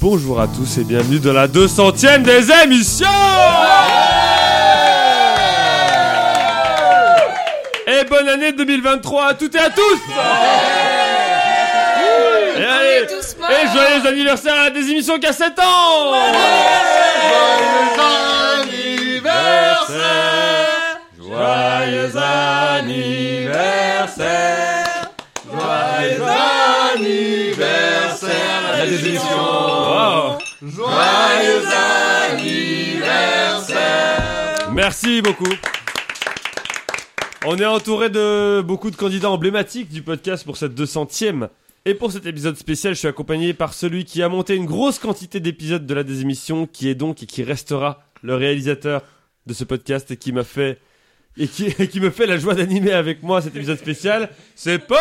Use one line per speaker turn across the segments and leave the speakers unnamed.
Bonjour à tous et bienvenue dans la 200ème des émissions Et bonne année 2023 à toutes et à tous et, allez, et joyeux anniversaire à des émissions qui a 7 ans
anniversaire Joyeux anniversaire Joyeux anniversaire à la télévision
Wow.
Joyeux anniversaire
Merci beaucoup. On est entouré de beaucoup de candidats emblématiques du podcast pour cette 200e. Et pour cet épisode spécial, je suis accompagné par celui qui a monté une grosse quantité d'épisodes de la désémission, qui est donc et qui restera le réalisateur de ce podcast et qui m'a fait et qui, et qui me fait la joie d'animer avec moi cet épisode spécial. C'est Paul.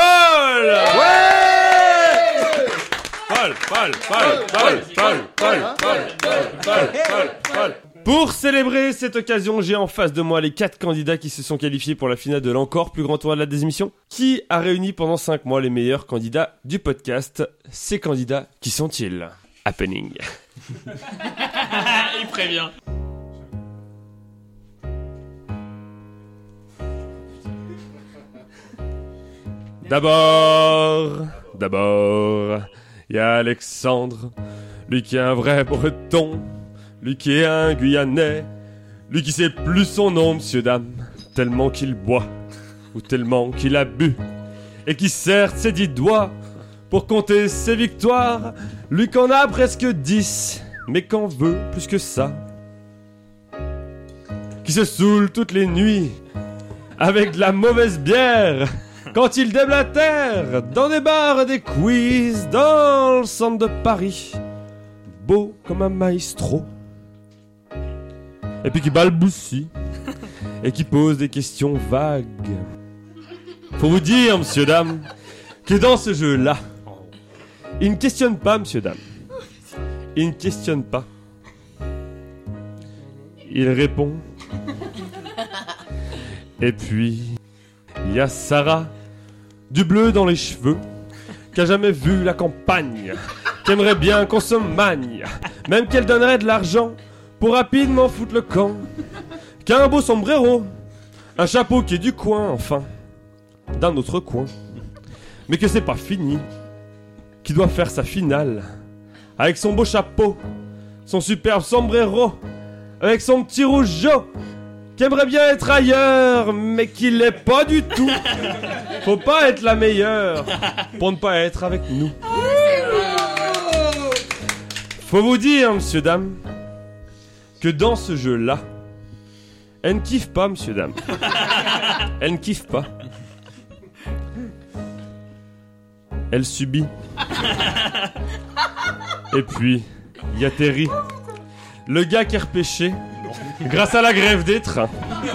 Paul, Paul, Paul, Paul, Paul, Paul, Paul, Paul, Paul, Paul, Paul. Pour célébrer cette occasion, j'ai en face de moi les quatre candidats qui se sont qualifiés pour la finale de l'encore plus grand tournoi de la désémission, qui a réuni pendant cinq mois les meilleurs candidats du podcast. Ces candidats, qui sont-ils Happening.
Il prévient.
D'abord, d'abord, il y a Alexandre, lui qui est un vrai breton, lui qui est un guyanais, lui qui sait plus son nom, monsieur dame, tellement qu'il boit, ou tellement qu'il a bu, et qui serre ses dix doigts pour compter ses victoires, lui qu'en a presque dix, mais qu'en veut plus que ça, qui se saoule toutes les nuits avec de la mauvaise bière quand il déblatère dans des bars, des quiz, dans le centre de Paris, beau comme un maestro, et puis qui balbutie, et qui pose des questions vagues. Faut vous dire, monsieur dame, que dans ce jeu-là, il ne questionne pas, monsieur dame. Il ne questionne pas. Il répond. Et puis, il y a Sarah, du bleu dans les cheveux, qui a jamais vu la campagne, qui aimerait bien qu'on se magne, même qu'elle donnerait de l'argent pour rapidement foutre le camp, qui a un beau sombrero, un chapeau qui est du coin, enfin, d'un autre coin, mais que c'est pas fini, qui doit faire sa finale, avec son beau chapeau, son superbe sombrero, avec son petit rougeau, qui aimerait bien être ailleurs, mais qui l'est pas du tout. Faut pas être la meilleure pour ne pas être avec nous. Faut vous dire, monsieur dame, que dans ce jeu-là, elle ne kiffe pas, monsieur dame. Elle ne kiffe pas. Elle subit. Et puis, il y a Terry, le gars qui est repêché grâce à la grève des trains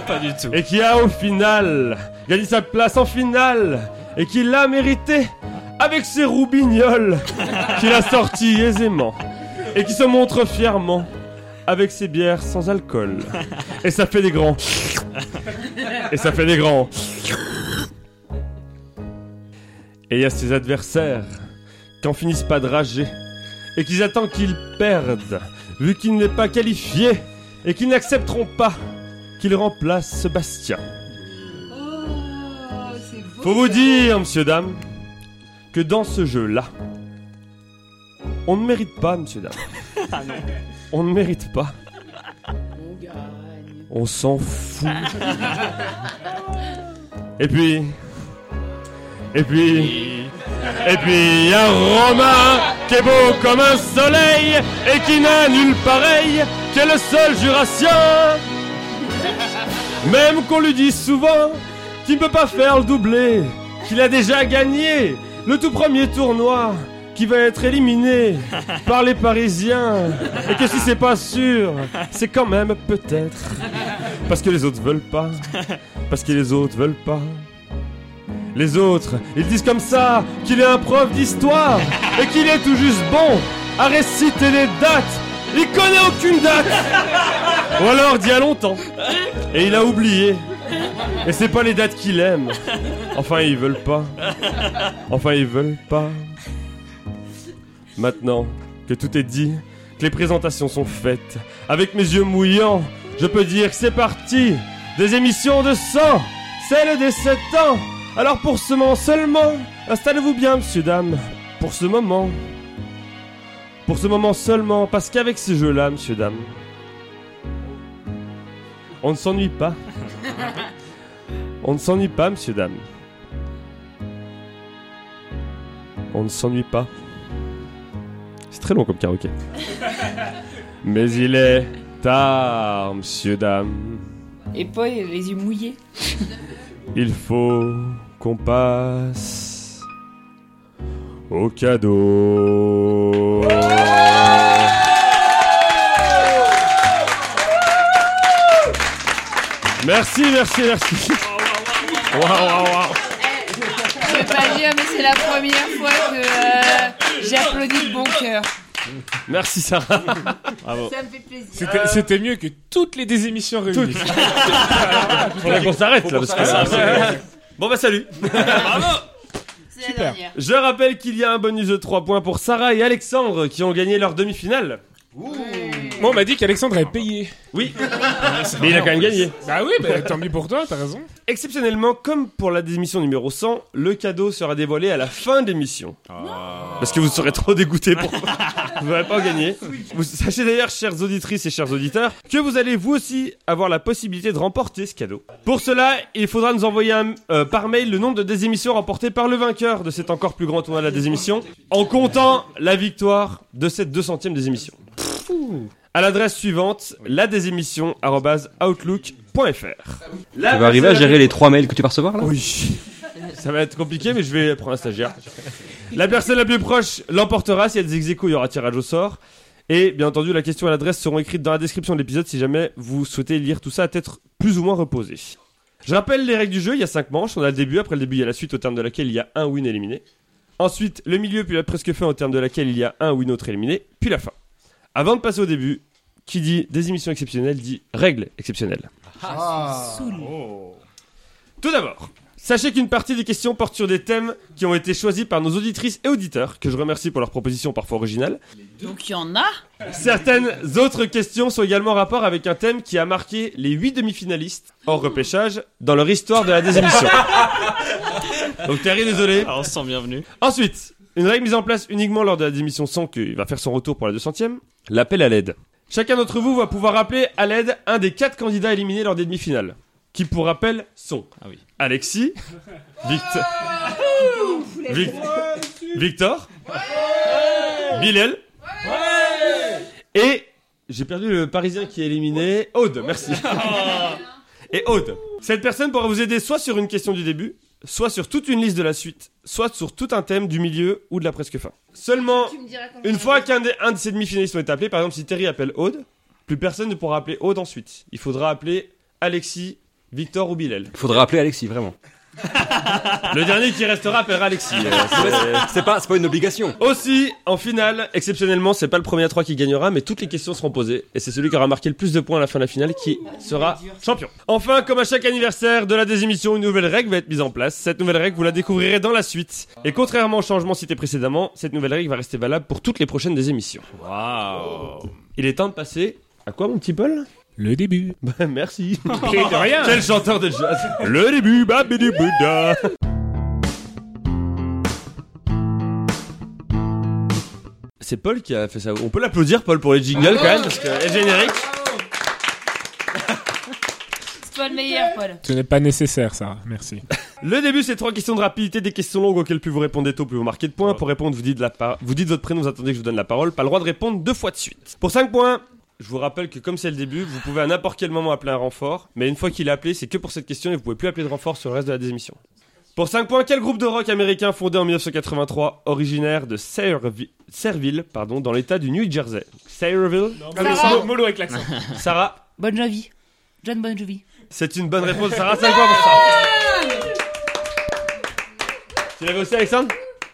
Pas du tout.
et qui a au final gagné sa place en finale et qui l'a mérité avec ses roubignoles qu'il a sorti aisément et qui se montre fièrement avec ses bières sans alcool. Et ça fait des grands. Et ça fait des grands. Et il y a ses adversaires qui en finissent pas de rager et qu'ils attendent qu'ils perdent vu qu'il n'est pas qualifié et qu'ils n'accepteront pas qu'il remplace Sébastien.
Oh, c'est beau.
Faut vous dire, monsieur dame, que dans ce jeu-là, on ne mérite pas, monsieur dame. On ne mérite pas.
On gagne.
On s'en fout. Et puis. Et puis. Et puis, il y a Romain, qui est beau comme un soleil, et qui n'a nul pareil, qui est le seul jurassien. Même qu'on lui dit souvent qu'il ne peut pas faire le doublé, qu'il a déjà gagné le tout premier tournoi, qui va être éliminé par les Parisiens, et que si c'est pas sûr, c'est quand même peut-être. Parce que les autres veulent pas. Parce que les autres veulent pas. Les autres, ils disent comme ça qu'il est un prof d'histoire et qu'il est tout juste bon à réciter les dates. Il connaît aucune date Ou alors d'il y a longtemps. Et il a oublié. Et c'est pas les dates qu'il aime. Enfin, ils veulent pas. Enfin, ils veulent pas. Maintenant, que tout est dit, que les présentations sont faites. Avec mes yeux mouillants, je peux dire que c'est parti Des émissions de sang Celle des 7 ans Alors pour ce moment seulement, installez-vous bien, monsieur, dame. Pour ce moment. Pour ce moment seulement, parce qu'avec ces jeux-là, monsieur, dame, on ne s'ennuie pas. On ne s'ennuie pas, monsieur, dame. On ne s'ennuie pas. C'est très long comme karaoké. Mais il est tard, monsieur, dame.
Et pas les yeux mouillés.
Il faut qu'on passe au cadeau. Merci, merci, merci. Waouh, waouh, waouh.
Je vais pas dire, mais c'est la première fois que euh, j'applaudis de bon cœur.
Merci, Sarah. Bravo.
Ça me fait plaisir.
C'était, c'était mieux que toutes les des émissions réunies.
Faudrait qu'on s'arrête là parce que Bon bah salut.
C'est la dernière.
Je rappelle qu'il y a un bonus de 3 points pour Sarah et Alexandre qui ont gagné leur demi-finale.
Moi, on m'a dit qu'Alexandre avait payé.
Oui. Mais il a quand même gagné.
Bah oui, bah, tant mieux pour toi, t'as raison.
Exceptionnellement, comme pour la démission numéro 100, le cadeau sera dévoilé à la fin de l'émission. Parce que vous serez trop dégoûté pour vous n'aurez pas gagné. Vous sachez d'ailleurs, chères auditrices et chers auditeurs, que vous allez vous aussi avoir la possibilité de remporter ce cadeau. Pour cela, il faudra nous envoyer un- euh, par mail le nombre de désémissions remportées par le vainqueur de cet encore plus grand tournoi de la désémission, en comptant la victoire de cette 200e désémission. À l'adresse suivante, la
Tu vas arriver à gérer les trois mails que tu vas recevoir là
oui. Ça va être compliqué, mais je vais prendre un stagiaire. La personne la plus proche l'emportera. S'il y a des ex aequo, il y aura tirage au sort. Et bien entendu, la question et l'adresse seront écrites dans la description de l'épisode si jamais vous souhaitez lire tout ça à tête plus ou moins reposée. Je rappelle les règles du jeu. Il y a 5 manches. On a le début. Après le début, il y a la suite au terme de laquelle il y a un win éliminé. Ensuite, le milieu, puis la presque fin au terme de laquelle il y a un win autre éliminé. Puis la fin. Avant de passer au début, qui dit des émissions exceptionnelles dit règles exceptionnelles. Tout d'abord, sachez qu'une partie des questions porte sur des thèmes qui ont été choisis par nos auditrices et auditeurs, que je remercie pour leurs propositions parfois originales.
Donc il y en a.
Certaines autres questions sont également en rapport avec un thème qui a marqué les 8 demi-finalistes hors repêchage dans leur histoire de la désémission. Donc Terry, désolé.
Alors, on se sent bienvenu.
Ensuite, une règle mise en place uniquement lors de la démission 100 qu'il va faire son retour pour la 200ème, l'appel à l'aide. Chacun d'entre vous va pouvoir appeler à l'aide un des quatre candidats éliminés lors des demi-finales, qui pour rappel sont
Ah oui.
Alexis, Victor, Vic- Victor, Bilal, et j'ai perdu le Parisien qui est éliminé, Aude, merci. Et Aude, cette personne pourra vous aider soit sur une question du début, soit sur toute une liste de la suite, soit sur tout un thème du milieu ou de la presque fin. Seulement,
me diras quand
une fois qu'un des- un de ces demi-finalistes ont été appelés, par exemple, si Terry appelle Aude, plus personne ne pourra appeler Aude ensuite. Il faudra appeler Alexis, Victor ou Bilal.
Il faudra appeler Alexis, vraiment.
Le dernier qui restera appellera Alexis. euh, c'est-
C'est pas, c'est pas une obligation.
Aussi, en finale, exceptionnellement, c'est pas le premier à trois qui gagnera, mais toutes les questions seront posées. Et c'est celui qui aura marqué le plus de points à la fin de la finale qui sera champion. Enfin, comme à chaque anniversaire de la désémission, une nouvelle règle va être mise en place. Cette nouvelle règle, vous la découvrirez dans la suite. Et contrairement au changement cité précédemment, cette nouvelle règle va rester valable pour toutes les prochaines désémissions.
Waouh.
Il est temps de passer à quoi, mon petit Paul
Le début.
Bah, merci.
de rien.
Quel chanteur de jazz Le début, babidi bouddha C'est Paul qui a fait ça. On peut l'applaudir, Paul, pour les
Ah.
jingles quand même, parce que et le générique.
C'est pas le meilleur, Paul.
Ce n'est pas nécessaire, ça. Merci.
Le début, c'est trois questions de rapidité, des questions longues auxquelles plus vous répondez tôt, plus vous marquez de points. Pour répondre, vous dites, la par- vous dites votre prénom, vous attendez que je vous donne la parole. Pas le droit de répondre deux fois de suite. Pour 5 points, je vous rappelle que comme c'est le début, vous pouvez à n'importe quel moment appeler un renfort. Mais une fois qu'il est appelé, c'est que pour cette question et vous pouvez plus appeler de renfort sur le reste de la démission. Pour 5 points, quel groupe de rock américain fondé en 1983, originaire de Sayreville, Sayreville, pardon, dans l'état du New Jersey Sayreville
Ah,
Sarah.
Molo avec l'accent.
Sarah,
Bonne Jovi. John Bon Jovi.
c'est une bonne réponse, Sarah. 5 points pour ça. Tu l'avais aussi, Alexandre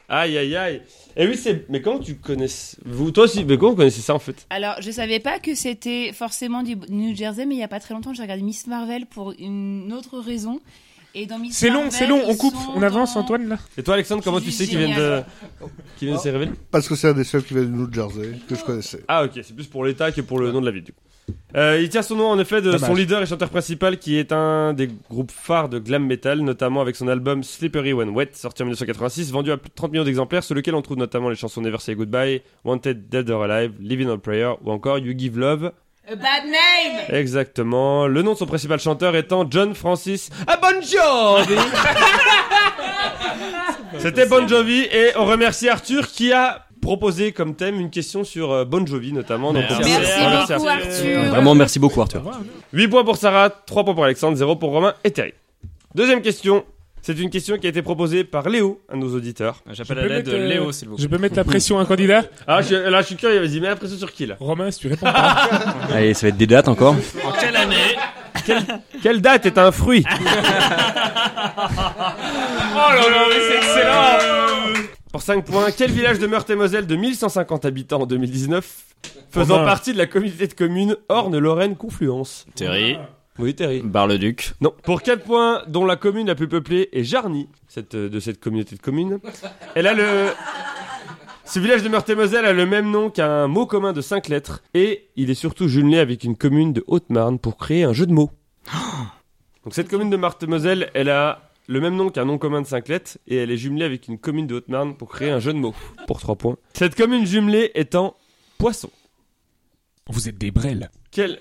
Aïe, aïe, aïe. Et oui, c'est. Mais comment tu connais. Vous, toi aussi, mais comment vous connaissez ça en fait
Alors, je savais pas que c'était forcément du New Jersey, mais il y a pas très longtemps, j'ai regardé Miss Marvel pour une autre raison. Et dans Miss
C'est long,
Marvel,
c'est long, on
ils
coupe,
sont
on avance
dans-
Antoine là
Et toi, Alexandre, comment tu
Jésus
sais qu'ils viennent de, qu'ils viennent de Sayreville
Parce que c'est un des seuls qui vient du New Jersey que je connaissais.
Ah ok, c'est plus pour l'État que pour le nom de la ville. du coup. Euh, il tient son nom en effet de
Dommage.
son leader et chanteur principal qui est un des groupes phares de glam metal, notamment avec son album Slippery When Wet, sorti en 1986, vendu à plus de 30 millions d'exemplaires, sur lequel on trouve notamment les chansons Never Say Goodbye, Wanted Dead or Alive, Living on Prayer ou encore You Give Love.
A bad name
Exactement. Le nom de son principal chanteur étant John Francis Abonjovi. C'était Bon Jovi et on remercie Arthur qui a proposé comme thème une question sur euh, Bon Jovi notamment. Donc, on
Merci.
remercie-
Merci
on remercie
beaucoup,
Arthur.
Arthur.
Vraiment, merci beaucoup, Arthur.
8 points pour Sarah, 3 points pour Alexandre, 0 pour Romain et Terry. Deuxième question. C'est une question qui a été proposée par Léo, un de nos auditeurs.
J'appelle
Je
à
peux
l'aide
mettre, euh,
Léo, s'il vous
Je
plaît.
peux mettre la pression à un candidat
Ah, je, là, je suis curieux, vas-y, mets la pression sur qui, là
Romain, si tu réponds pas.
Allez, ça va être des dates encore.
En quelle année
Quelle date est un fruit
Oh là là, mais c'est excellent
Pour 5 points, quel village de Meurthe-et-Moselle de 1150 habitants en 2019, faisant
Romain.
partie de la communauté de communes Orne-Lorraine-Confluence
Terry,
Oui, Terry.
Bar-le-Duc.
Non. Pour 4 points, dont la commune la plus peuplée est Jarny, cette, euh, de cette communauté de communes. Elle a le. Ce village de Meurthe-et-Moselle a le même nom qu'un mot commun de 5 lettres et il est surtout jumelé avec une commune de Haute-Marne pour créer un jeu de mots. Donc cette commune de Meurthe-et-Moselle, elle a le même nom qu'un nom commun de 5 lettres et elle est jumelée avec une commune de Haute-Marne pour créer un jeu de mots pour 3 points. Cette commune jumelée étant Poisson.
Vous êtes des brels.
Quel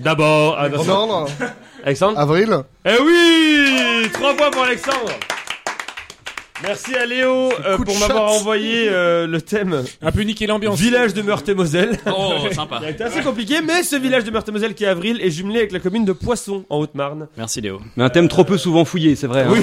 D'abord, ah, non,
Non, non,
Alexandre
avril
eh oui 3 points pour Alexandre Merci à Léo euh,
Coup de
pour m'avoir
chatte.
envoyé euh, le thème
Un peu niquer l'ambiance.
Village de Meurthe-et-Moselle.
Oh, sympa.
C'était assez compliqué, mais ce village de Meurthe-et-Moselle qui est avril est jumelé avec la commune de Poisson en Haute-Marne.
Merci Léo.
Mais un thème trop peu souvent fouillé, c'est vrai. hein.
Oui.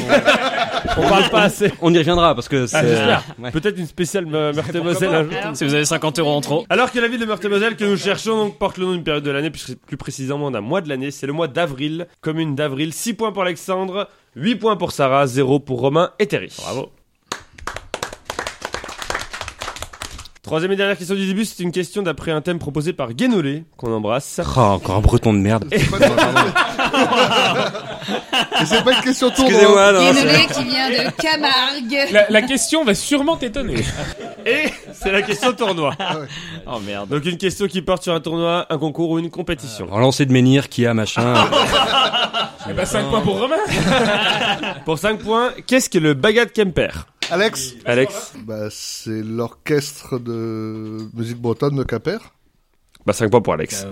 On parle pas assez.
On y reviendra parce que c'est. euh,
j'espère.
Ouais.
Peut-être une spéciale Me- Meurthe-et-Moselle un jour.
Alors,
Si vous avez 50 euros en trop,
Alors que la ville de Meurthe-et-Moselle que nous cherchons donc porte le nom d'une période de l'année, plus, plus précisément d'un mois de l'année, c'est le mois d'avril, commune d'avril. 6 points pour Alexandre, 8 points pour Sarah, 0 pour Romain et Terry. Bravo. Troisième et dernière question du début, c'est une question d'après un thème proposé par Guénolé, qu'on embrasse.
Oh, encore un breton de merde.
Et c'est pas une question tournante.
Excusez-moi, non, c'est-
Guénolé qui vient de Camargue.
La, la question va sûrement t'étonner.
Et c'est la question tournoi.
oh merde.
Donc une question qui porte sur un tournoi, un concours ou une compétition.
Relancer de menhir qui a machin.
Eh ben, 5 points pour Romain.
Pour 5 points, qu'est-ce que le Bagat Kemper
Alex
Alex
Bah, c'est l'orchestre de musique bretonne de Quimper.
Bah 5 points pour Alex.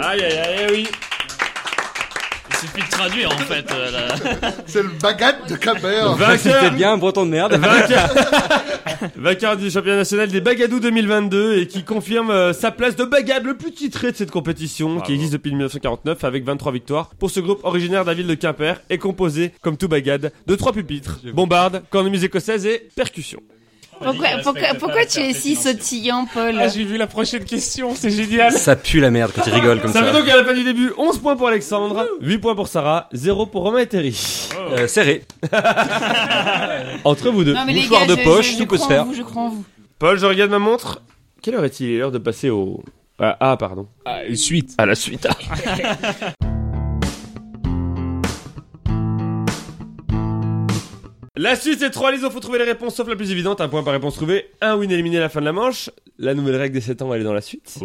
Aïe aïe aïe oui.
Il suffit de traduire en fait. euh, la-
C'est le baguette de Quimper.
C'était
Vainqueur
bien un breton de merde.
Vainqueur, vainqueur du championnat national des Bagadou 2022 et qui confirme euh, sa place de Bagad, le plus titré de cette compétition qui existe depuis 1949 avec 23 victoires. Pour ce groupe originaire de la ville de Quimper et composé, comme tout Bagad, de trois pupitres, bombarde, cornemuse écossaise et percussion.
Pourquoi, pourquoi, pourquoi tu es si sautillant, Paul
Ah, j'ai vu la prochaine question, c'est génial.
Ça pue la merde quand il rigole comme
Ça
ça.
fait donc à la fin du début 11 points pour Alexandre, 8 points pour Sarah, 0 pour Romain et Terry.
Euh, serré.
Entre vous deux.
Non, mais les
Mouchoir
gars,
de
je-
poche,
je, je
tout peut se
crois en
faire.
vous, je crois en vous.
Paul, je regarde ma montre. Quelle heure est-il Il est l'heure de passer au... Ah, ah, pardon.
suite.
À la suite. La suite, c'est 3 lisos, faut trouver les réponses, sauf la plus évidente, un point par réponse trouvée, un win éliminé à la fin de la manche. La nouvelle règle des 7 ans, elle est dans la suite.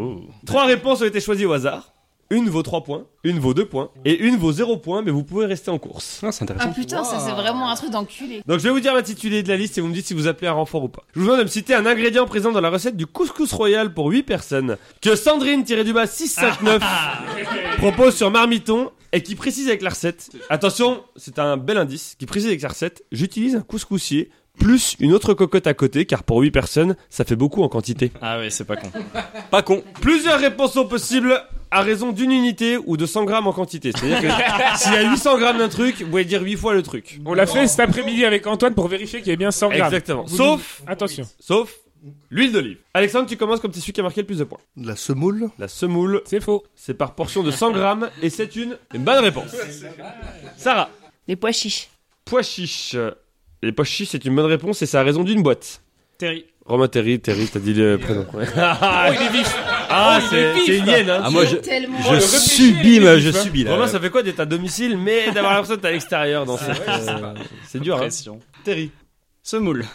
Trois réponses ont été choisies au hasard. Une vaut 3 points, une vaut 2 points, et une vaut 0 points, mais vous pouvez rester en course.
Non, c'est
Ah
intéressant.
putain, ça c'est vraiment un truc d'enculé.
Donc je vais vous dire l'intitulé de la liste et vous me dites si vous appelez un renfort ou pas. Je vous demande de me citer un ingrédient présent dans la recette du couscous royal pour 8 personnes que Sandrine tirée du bas 659
Ah.
propose sur Marmiton et qui précise avec la recette. Attention, c'est un bel indice qui précise avec la recette. J'utilise un couscoussier plus une autre cocotte à côté car pour 8 personnes, ça fait beaucoup en quantité.
Ah ouais, c'est pas con.
Pas con.
Plusieurs réponses sont possibles à raison d'une unité ou de 100 grammes en quantité. C'est-à-dire que s'il y a 800 grammes d'un truc, vous pouvez dire 8 fois le truc.
On l'a fait cet après-midi avec Antoine pour vérifier qu'il y a bien 100 grammes.
Exactement.
Vous
Sauf
nous- Attention.
Sauf l'huile d'olive. Alexandre, tu commences comme c'est celui qui a marqué le plus de points.
La semoule.
La semoule,
C'est faux.
c'est par portion de 100 grammes et c'est une, une bonne réponse. Sarah,
Les pois chiches.
pois chiches. Les pois chiches, c'est une bonne réponse et c'est à raison d'une boîte.
Terry.
Romain Terry, Terry, t'as dit le prénom. Ouais.
Oh, il est vif.
Ah,
Oh, il
c'est
est vif,
c'est une
là.
hyène, hein.
Ah, moi, je,
Tellement.
je subis, ma- je subis là.
Romain, ça fait quoi d'être à domicile, mais d'avoir l'impression d'être à l'extérieur dans cette. euh, C'est dur, hein.
Terry. Ce moule.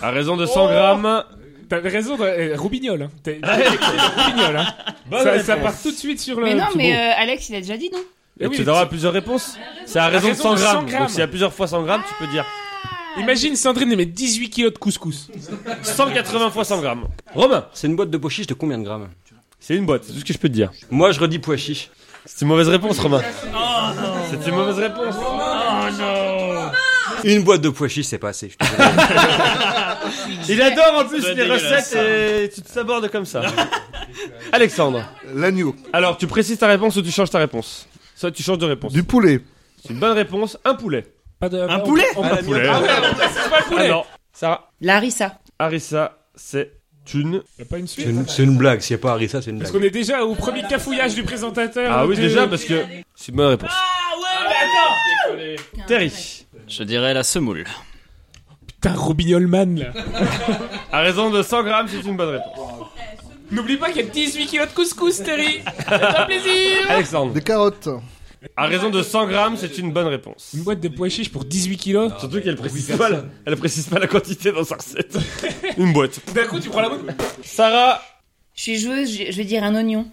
À raison de 100 grammes.
T'avais raison, t'as- eh, Roubignol. hein. T'as-
Ah
t'as- t'as- t'as- Roubignol. hein. Ça, ça part tout de suite sur le.
Mais non,
petit
mais
beau.
euh, Alex, il a déjà dit non.
Eh
Et
oui,
tu auras plusieurs réponses. C'est à raison de 100 grammes. Donc s'il y a plusieurs fois 100 grammes, tu peux dire
euh,
Imagine Sandrine elle met 18 kilos de couscous.
180 fois 100 grammes. Romain,
C'est une boîte de pois chiches de combien de grammes
c'est une boîte, c'est tout ce que je peux te dire.
Moi, je redis pois chiches.
C'est une mauvaise réponse, Romain. C'est une mauvaise réponse.
Une boîte de pois chiches, c'est pas assez. je te jure.
Il adore en plus
doit être
les
dégueulasse,
recettes et tu te sabordes comme ça. Alexandre,
L'agneau.
alors tu précises ta réponse ou tu changes ta réponse Ça, tu changes de réponse.
Du poulet.
C'est une bonne réponse, un poulet.
Pas de-
Un
on-
poulet
on-
Un poulet.
C'est pas le poulet.
Ah non. Sarah,
Larissa.
Harissa, c'est une.
Y a pas une
C'est
suite. hein.
une, c'est une blague. S'il n'y a pas Harissa, c'est une
Parce
blague.
qu'on est déjà au premier cafouillage du présentateur. euh,
Ah oui,
de-
déjà, parce que. C'est une bonne réponse.
Ah,
Terry,
Je dirais la semoule.
Putain, Roubignolman là.
à raison de 100 grammes, c'est une bonne réponse.
N'oublie pas qu'il y a 18 kilos de couscous, Terry. Ça plaisir.
Alexandre,
Des carottes.
à raison de 100 grammes, c'est une bonne réponse.
Une boîte de pois chiches pour 18 kilos.
Ah,
bah,
Surtout qu'elle précise, pas la- elle précise pas la quantité dans sa recette. une boîte.
D'un coup, tu prends la boîte.
Sarah,
Je suis joueuse, je je vais dire un oignon.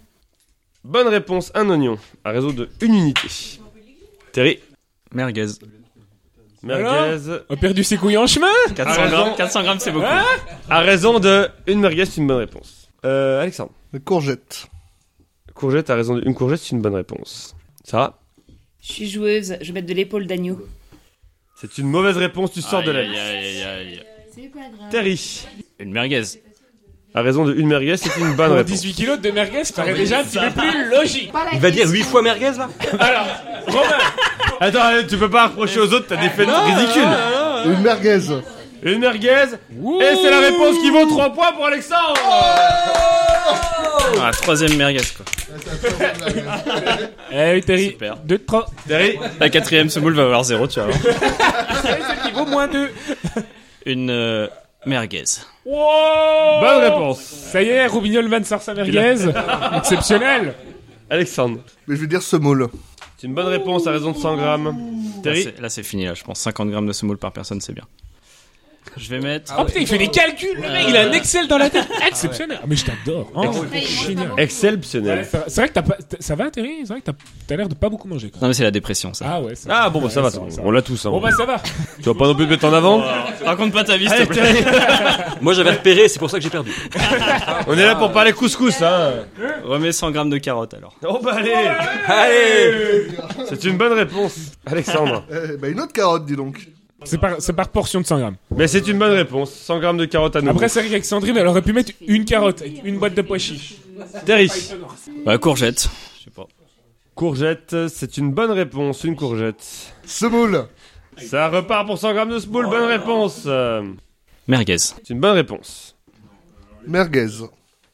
bonne réponse, un oignon. À raison de une unité. Terry,
Merguez.
merguez.
On a perdu ses couilles en chemin.
400 grammes, 400 grammes c'est beaucoup.
À raison de une merguez, c'est une bonne réponse. Euh, Alexandre,
Des courgettes.
courgette, à raison de une courgette, c'est une bonne réponse. Sarah,
Je suis joueuse, je vais mettre de l'épaule d'agneau.
c'est une mauvaise réponse, tu sors de la
Aïe,
liste.
aïe, aïe, aïe.
C'est pas grave.
Terry,
Une merguez.
à raison de une merguez, c'est une bonne
Pour
réponse.
18 kilos de merguez, Ah ça paraît déjà un petit peu plus logique.
Il va dire 8 fois merguez là
Alors, Romain,
Attends, tu peux pas reprocher aux autres, t'as des faits ridicules.
Une merguez.
Une merguez, et c'est la réponse qui vaut 3 points pour Alexandre.
Oh. Ah, troisième merguez quoi.
Eh oui, Terry.
Super.
2 de 3.
Terry,
La quatrième semoule va avoir zéro, tu vas voir.
Celle qui vaut moins 2.
Une euh, merguez.
bonne réponse.
Ça y est, Roubignolman sort sa merguez. Exceptionnel.
Alexandre,
Mais je vais dire semoule.
c'est une bonne réponse à raison de 100 grammes.
Là,
Terry,
c'est- Là, c'est fini, là, je pense. 50 grammes de semoule par personne, c'est bien. Je vais mettre.
Oh putain, il fait des calculs, le mec, il a un Excel dans la tête. Exceptionnel. Ah, mais je t'adore. Oh, génial. Ouais,
exceptionnel.
ça- C'est vrai que t'as pas. t'as- Ça va, Terry C'est vrai que t'as- t'as l'air de pas beaucoup manger. Quand même.
Non, mais c'est la dépression, ça.
Ah ouais, ça
Ah bon, bah, ça va,
ça va,
ça
ça
va. on l'a tous. Hein.
Bon bah ça va.
Tu vas pas non plus te mettre en avant.
Raconte pas ta vie, s'il
Allez,
te plaît.
Terry.
Moi, j'avais repéré, c'est pour ça que j'ai perdu.
On est là pour parler couscous, hein
Remets 100 grammes de carottes alors.
Oh bah allez
Allez
C'est une bonne réponse, Alexandre.
Eh, bah, une autre carotte, dis donc.
C'est par, c'est par portion de 100 grammes.
Mais c'est une bonne réponse. 100 grammes de carottes à nous.
Après, c'est vrai qu'avec Sandrine, elle aurait pu mettre une carotte, avec une boîte de pois chiches.
Terry.
Bah, courgette. Je sais pas.
Courgette, c'est une bonne réponse, une courgette.
Semoule.
Ça repart pour 100 grammes de spool, bonne réponse. Euh,
Merguez.
C'est une bonne réponse.
Merguez.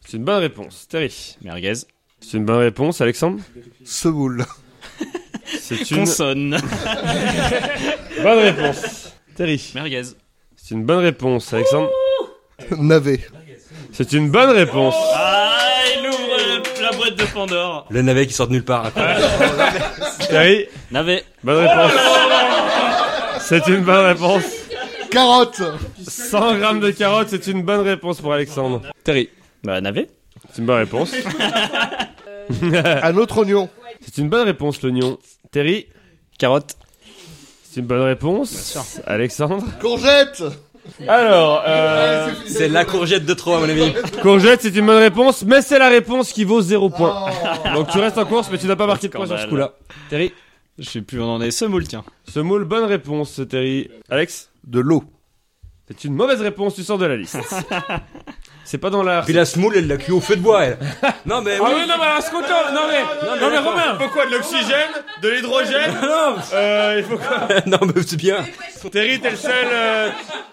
C'est une bonne réponse, Terry.
Merguez.
C'est une bonne réponse, Alexandre.
Semoule.
C'est une
Consonne.
bonne réponse, Terry.
Merguez.
C'est une bonne réponse, Alexandre.
Navet.
C'est une bonne réponse.
Ah, il ouvre la boîte de Pandore.
Le navet qui sort de nulle part.
Terry,
Navet.
bonne réponse. C'est une bonne réponse.
Carotte.
100 grammes de carottes, c'est une bonne réponse pour Alexandre.
Terry. Bah, navet.
C'est une bonne réponse.
Un autre oignon.
C'est une bonne réponse, l'oignon. Terry,
Carotte.
c'est une bonne réponse. Alexandre.
Courgette.
Alors, euh,
C'est la courgette de trop, à mon ami.
courgette, c'est une bonne réponse, mais c'est la réponse qui vaut 0 point. Donc tu restes en course, mais tu n'as pas marqué de points sur ce coup-là. Terry,
Je sais plus où on en est. Semoule, tiens.
semoule, bonne réponse, Terry. Alex,
De l'eau.
c'est une mauvaise réponse, tu sors de la liste. C'est pas dans la.
Puis la semoule, elle l'a cuit au feu de bois, elle. Non, mais.
Ah
oui.
oui, non, mais alors, ce qu'on tente, non mais, non mais Romain,
Pourquoi de l'oxygène, de l'hydrogène Euh, il faut quoi
non, mais c'est bien.
Terry, t'es le seul euh,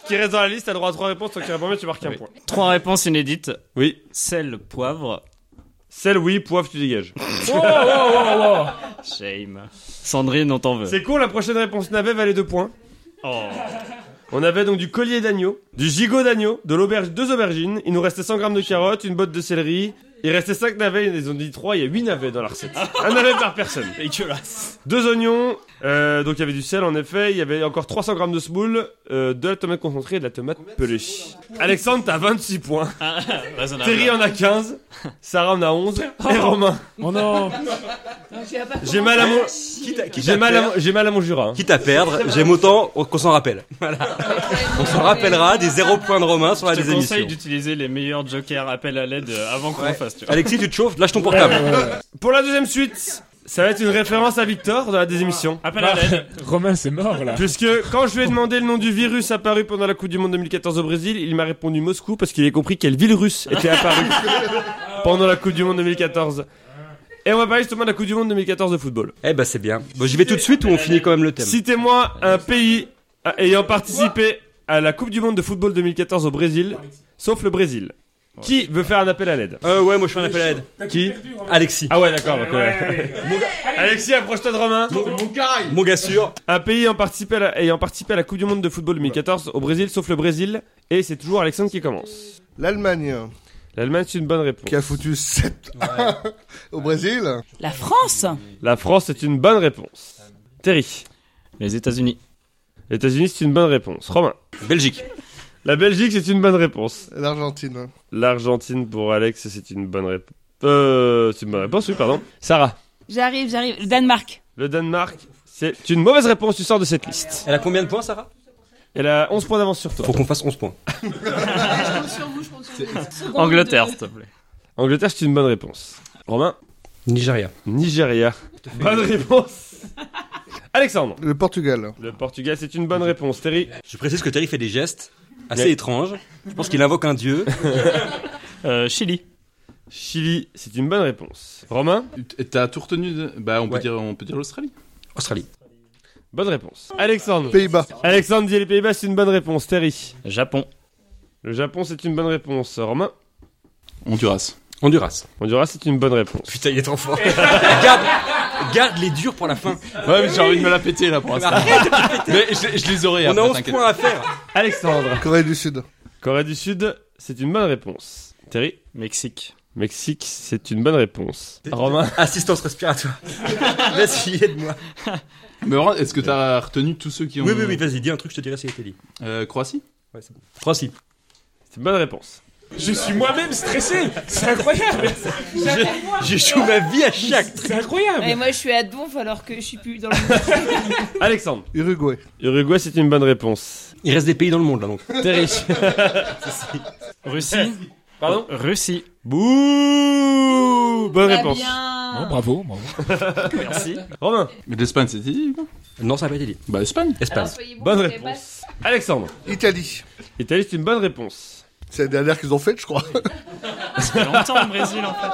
qui reste dans la liste, t'as le droit à 3 réponses, donc tu réponds bien, tu marques un point.
Trois réponses inédites.
Oui.
Sel, poivre.
Celle oui, poivre, tu dégages.
Shame. Sandrine, on t'en veut.
C'est con, la prochaine réponse navet valait 2 points.
Oh.
On avait donc du collier d'agneau, du gigot d'agneau, de l'auberge, deux aubergines. Il nous restait 100 grammes de carottes, une botte de céleri. Il restait 5 navets, ils ont dit 3, il y a 8 navets dans la recette. Un navet par personne.
Dégueulasse.
Deux oignons, euh, donc il y avait du sel en effet, il y avait encore 300 grammes de semoule, euh, de la tomate concentrée et de la tomate pelée. Alexandre, t'as 26 points.
Ah, Raisonnable.
Terry en a 15, Sarah en a 11, et Romain.
Oh non
J'ai mal à mon, j'ai mal à mon, j'ai mal à mon Jura. hein.
Quitte à perdre, j'aime autant qu'on s'en rappelle. On s'en rappellera des 0 points de Romain sur la
Je te conseille
désémission.
d'utiliser les meilleurs jokers appel à l'aide euh, avant qu'on le fasse, tu vois.
Alexis, tu te chauffes, lâche ton portable.
Pour la deuxième suite, ça va être une référence à Victor dans la deuxième émission.
Appel à l'aide.
Romain, c'est mort là.
Puisque quand je lui ai demandé le nom du virus apparu pendant la Coupe du Monde 2014 au Brésil, il m'a répondu Moscou parce qu'il a compris quelle ville russe était apparue pendant la Coupe du Monde 2014. Et on va parler justement de la Coupe du Monde 2014 de football.
Eh ben c'est bien. Bon, j'y vais tout de suite ou on finit quand même le thème.
Citez-moi un pays a- ayant participé à la Coupe du Monde de football 2014 au Brésil, sauf le Brésil. Qui veut faire un appel à l'aide
Euh, ouais, moi je fais un appel à l'aide.
Qui
Alexis.
Ah ouais, d'accord. donc, ouais. Alexis, approche-toi de Romain.
Ah, Mon gars sûr.
Un pays ayant participé, à la, ayant participé à la Coupe du Monde de football 2014 au Brésil, sauf le Brésil, et c'est toujours Alexandre qui commence.
L'Allemagne,
L'Allemagne, c'est une bonne réponse.
qui a foutu 7 au Brésil.
La France
La France, c'est une bonne réponse. Terry.
Les États-Unis.
Les États-Unis, c'est une bonne réponse. Romain.
Belgique.
La Belgique, c'est une bonne réponse.
L'Argentine,
L'Argentine pour Alex, c'est une bonne réponse. Euh, c'est une bonne réponse, oui, pardon. Sarah.
J'arrive, j'arrive. Le Danemark.
Le Danemark, c'est une mauvaise réponse, tu sors de cette liste.
Elle a combien de points, Sarah
Elle a 11 points d'avance sur toi.
Faut qu'on fasse 11 points.
Je compte sur vous, je compte sur vous. Seconde
Angleterre,
de-
s'il te plaît.
Angleterre, c'est une bonne réponse. Romain.
Nigeria.
Nigeria. Bonne réponse. Alexandre.
le Portugal,
Le Portugal, c'est une bonne réponse. Terry.
Je précise que Terry fait des gestes assez
Ouais.
étranges. Je pense qu'il invoque un dieu.
Euh, Chili.
Chili, c'est une bonne réponse. Romain.
T'as tout retenu de... Bah, on peut
Ouais.
dire, on peut dire l'Australie.
Australie.
Bonne réponse. Alexandre.
Pays-Bas,
Alexandre dit les Pays-Bas, c'est une bonne réponse. Terry.
Japon.
Le Japon, c'est une bonne réponse. Romain.
Honduras.
Honduras.
Honduras, c'est une bonne réponse.
Putain, il est trop fort. garde, garde les durs pour la fin.
Ouais, mais j'ai envie de me la péter là pour l'instant. mais je, je les aurai
On a
après,
11
t'inquiète.
points à faire.
Alexandre.
Corée du Sud,
Corée du Sud, c'est une bonne réponse. Terry.
Mexique.
Mexique, c'est une bonne réponse. Romain.
Assistance respiratoire. Vas-y, aide-moi.
Mais vraiment, est-ce que t'as retenu tous ceux qui ont.
Oui, oui, oui, vas-y, dis un truc, je te dirai si était dit.
Euh, Croatie
Ouais, c'est bon. Croatie.
C'est une bonne réponse.
Je suis moi-même stressé C'est incroyable
J'ai joué ma vie à chaque.
C'est incroyable
Et moi, je suis à Donf alors que je suis plus dans le.
Alexandre.
Uruguay,
Uruguay, c'est une bonne réponse.
Il reste des pays dans le monde là donc.
Terry.
Russie.
Pardon
Russie.
Bouh Bonne
Très
réponse.
Oh,
bien.
Bravo, bravo.
Merci.
Romain.
Mais l'Espagne, c'était dit non
Non, ça n'a pas été dit.
Bah, Espagne.
Espagne.
Alors, soyez bons,
Bonne
vous savez pas
réponse. Alexandre.
Italie.
Italie, c'est une bonne réponse.
C'est la dernière qu'ils ont faite, je crois.
Ça fait longtemps au Brésil, en fait.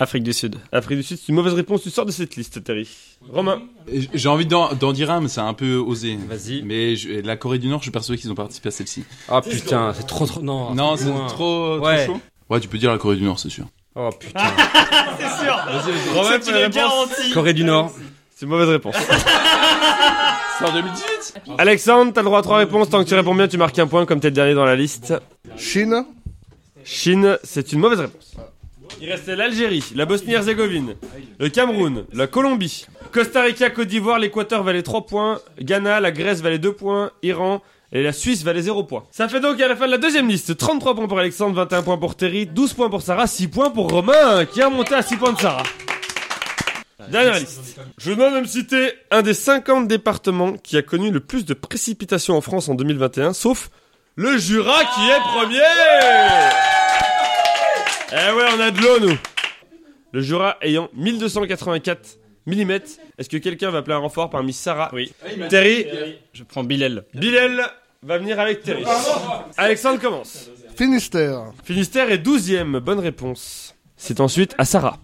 Afrique du Sud.
Afrique du Sud, c'est une mauvaise réponse. Tu sors de cette liste, Terry. Romain.
Et J'ai envie d'en d'en dire un, mais c'est un peu osé.
Vas-y.
Mais je- la Corée du Nord, je suis persuadé qu'ils ont participé à celle-ci.
Ah putain, c'est trop trop. Non,
non,
c'est
c'est
loin.
trop, trop
Ouais.
chaud. Ouais, tu peux dire la Corée du Nord, c'est sûr.
Oh putain.
Romain, bonne réponse.
Corée du Nord.
C'est une mauvaise réponse.
C'est en 2018
Alexandre, t'as le droit à trois réponses. Tant que tu réponds bien, tu marques un point comme t'es le dernier dans la liste.
Chine,
Chine, c'est une mauvaise réponse. Il restait l'Algérie, la Bosnie-Herzégovine, le Cameroun, la Colombie, Costa Rica, Côte d'Ivoire, l'Équateur valait 3 points, Ghana, la Grèce valait 2 points, Iran et la Suisse valait 0 points. Ça fait donc à la fin de la deuxième liste 33 points pour Alexandre, 21 points pour Terry, 12 points pour Sarah, 6 points pour Romain qui a monté à 6 points de Sarah. Dernière liste. Je vais même citer un des 50 départements qui a connu le plus de précipitations en France en 2021, sauf le Jura qui est premier eh ouais, on a de l'eau, nous Le Jura ayant 1284 mm, est-ce que quelqu'un va appeler un renfort parmi Sarah
Oui.
Terry
Je prends Bilal.
Bilal va venir avec Terry. Alexandre commence.
Finistère,
Finistère est 12ème, bonne réponse. C'est ensuite à Sarah.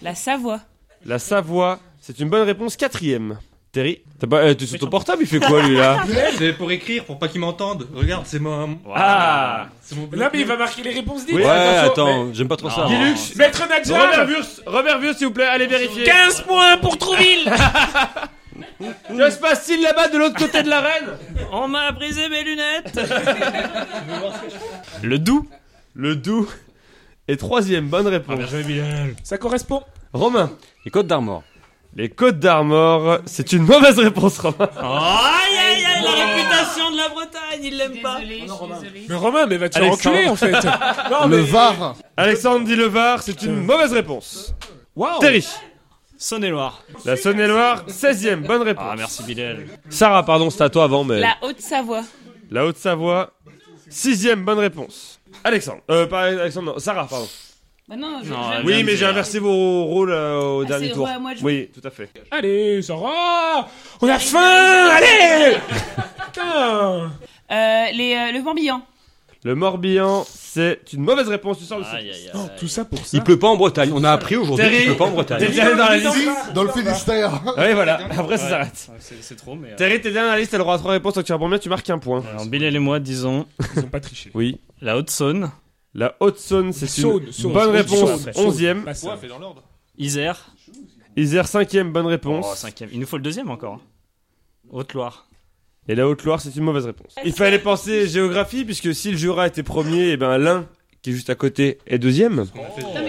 La Savoie.
La Savoie, c'est une bonne réponse, 4ème. Terry T'as pas. euh, t'es sur ton portable, il fait quoi lui là
C'est pour écrire, pour pas qu'ils m'entendent. Regarde, c'est mon.
Ah
C'est mon bloc.
Là, mais il va marquer les réponses dites
Oui.
Ouais,
attention,
attends, j'aime pas trop
Ah.
ça.
Guilux,
Maître
Robert
Nadja
Wurst, Robert Wurst, s'il vous plaît, allez vérifier.
15 points pour Trouville
Que se passe-t-il là-bas de l'autre côté de l'arène
On m'a brisé mes lunettes
Le doux. Le doux. Et troisième bonne réponse.
Ah, Ça correspond.
Romain.
Les Côtes d'Armor.
Les Côtes d'Armor. C'est une mauvaise réponse, Romain.
Aïe aïe aïe, la réputation de la Bretagne, il l'aime pas
Désolée, je suis désolée.
Mais Romain, mais va-tu
Alexandre.
enculer en fait Non,
Le
mais-
Var.
Alexandre dit le Var. C'est une mauvaise réponse.
Waouh
Terry.
Saône-et-Loire.
La Saône-et-Loire. 16e bonne réponse.
Ah merci Bilal.
Sarah, pardon, c'était à toi avant, mais.
La Haute-Savoie.
La Haute-Savoie. Sixième bonne réponse. Alexandre. Euh, pas Alexandre, non. Sarah, pardon.
Bah non, je-
Non, Bien
je-
Oui, mais
dit,
j'ai
hein.
inversé vos rôles euh, au
Ah,
dernier
c'est
tour.
vrai, moi, je-
Oui, tout à fait.
Allez, Zora On a faim Allez Putain
Euh, les, euh, le Morbihan.
Le Morbihan, c'est une mauvaise réponse. Tu sors de ce.
Aïe aïe
Non, tout
aïe.
ça pour ça.
Il pleut pas en Bretagne. On a appris aujourd'hui
Terry.
qu'il pleut pas en Bretagne.
T'es dernier dans la liste.
Dans le Finistère.
Oui, voilà. Après, ça
Ouais.
s'arrête.
C'est c'est trop mais... euh,
Terry, t'es dernier dans la liste. T'as le droit à trois réponses. Donc tu réponds bien, tu marques un point.
Alors Bilal et moi disons
Ils ont pas triché.
Oui.
la Haute-Saône,
La Haute-Saône, c'est une
Saône, Saône,
bonne
Saône,
réponse.
Saône, Saône.
Onzième.
Pas Bah, ça.
dans l'ordre.
Isère.
Isère, cinquième bonne
Oh,
réponse.
cinquième. Il nous faut le deuxième encore. hein. Haute-Loire.
Et la Haute-Loire, c'est une mauvaise réponse. Il fallait penser géographie, puisque si le Jura était premier, et ben l'un, qui est juste à côté, est deuxième.
Non, mais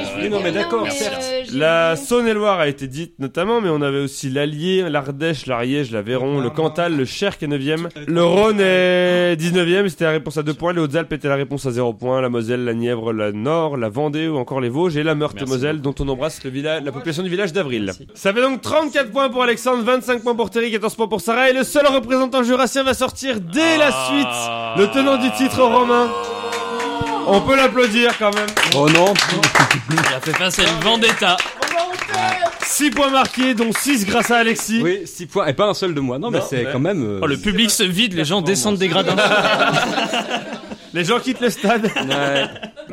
je voulais
Oui, non,
dire
mais d'accord,
mais,
certes.
euh, j'ai
La
oublié.
Saône-et-Loire a été dite notamment, mais on avait aussi l'Allier, l'Ardèche, l'Ariège, l'Aveyron, le Cantal, le Cher qui est 9e, le Rhône est 19e, c'était la réponse à 2 points, les Hautes-Alpes était la réponse à 0 points, la Moselle, la Nièvre, la Nord, la Vendée ou encore les Vosges et la Meurthe-Moselle dont on embrasse le village, la population du village d'Avril. Ça fait donc 34 points pour Alexandre, 25 points pour Terry, 14 points pour Sarah et le seul représentant jurassien va sortir dès
Ah.
la suite le tenant du titre romain. On peut l'applaudir quand même.
Oh non.
Il a fait face à une vendetta.
6 points marqués dont 6 grâce à Alexis.
Oui, 6 points. Et pas un seul de moi. Non, mais c'est quand même. euh,
Oh, le public se vide, les gens descendent des gradins.
Les gens quittent le stade.
ouais.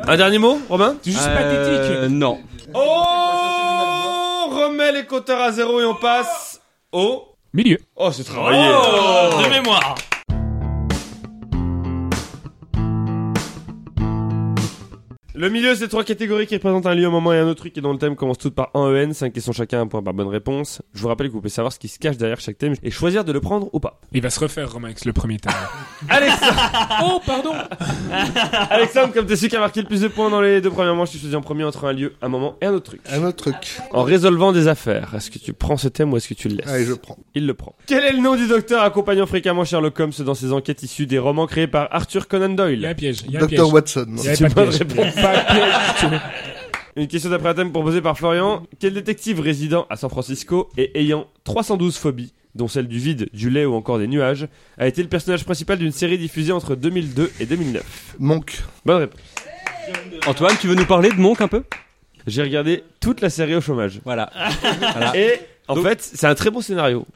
Un dernier mot, Romain
C'est juste
Euh,
pathétique.
Non.
Oh On remet les compteurs à zéro et on passe au...
Milieu.
Oh, c'est
Oh,
travaillé
de mémoire.
Le milieu, c'est trois catégories qui représentent un lieu, un moment et un autre truc et dont le thème commence toutes par 1 EN, 5 questions chacun, un point par bonne réponse. Je vous rappelle que vous pouvez savoir ce qui se cache derrière chaque thème et choisir de le prendre ou pas.
Il va se refaire, Romain, avec le premier temps.
Alexandre,
oh, pardon
Alexandre comme t'es celui qui a marqué le plus de points dans les deux premières manches, tu choisis en premier entre un lieu, un moment et un autre truc.
Un autre truc.
En résolvant des affaires, est-ce que tu prends ce thème ou est-ce que tu le laisses
Allez, Ah, je prends.
Il le prend. Quel est le nom du docteur accompagnant fréquemment Sherlock Holmes dans ses enquêtes issues des romans créés par Arthur Conan
Il y a
Doyle
un piège. Il y a un piège.
Dr. Watson.
Il y avait
C'est
pas
une
de piège.
bonne
Il y avait pas de piège.
Une question d'après un thème proposée par Florian. Quel détective résident à San Francisco et ayant 312 phobies, dont celle du vide, du lait ou encore des nuages, a été le personnage principal d'une série diffusée entre 2002 et 2009
Monk.
Bonne réponse.
Antoine, tu veux nous parler de Monk un peu
J'ai regardé toute la série au chômage.
Voilà.
Et Ah. en
Donc-
fait, c'est un très bon scénario.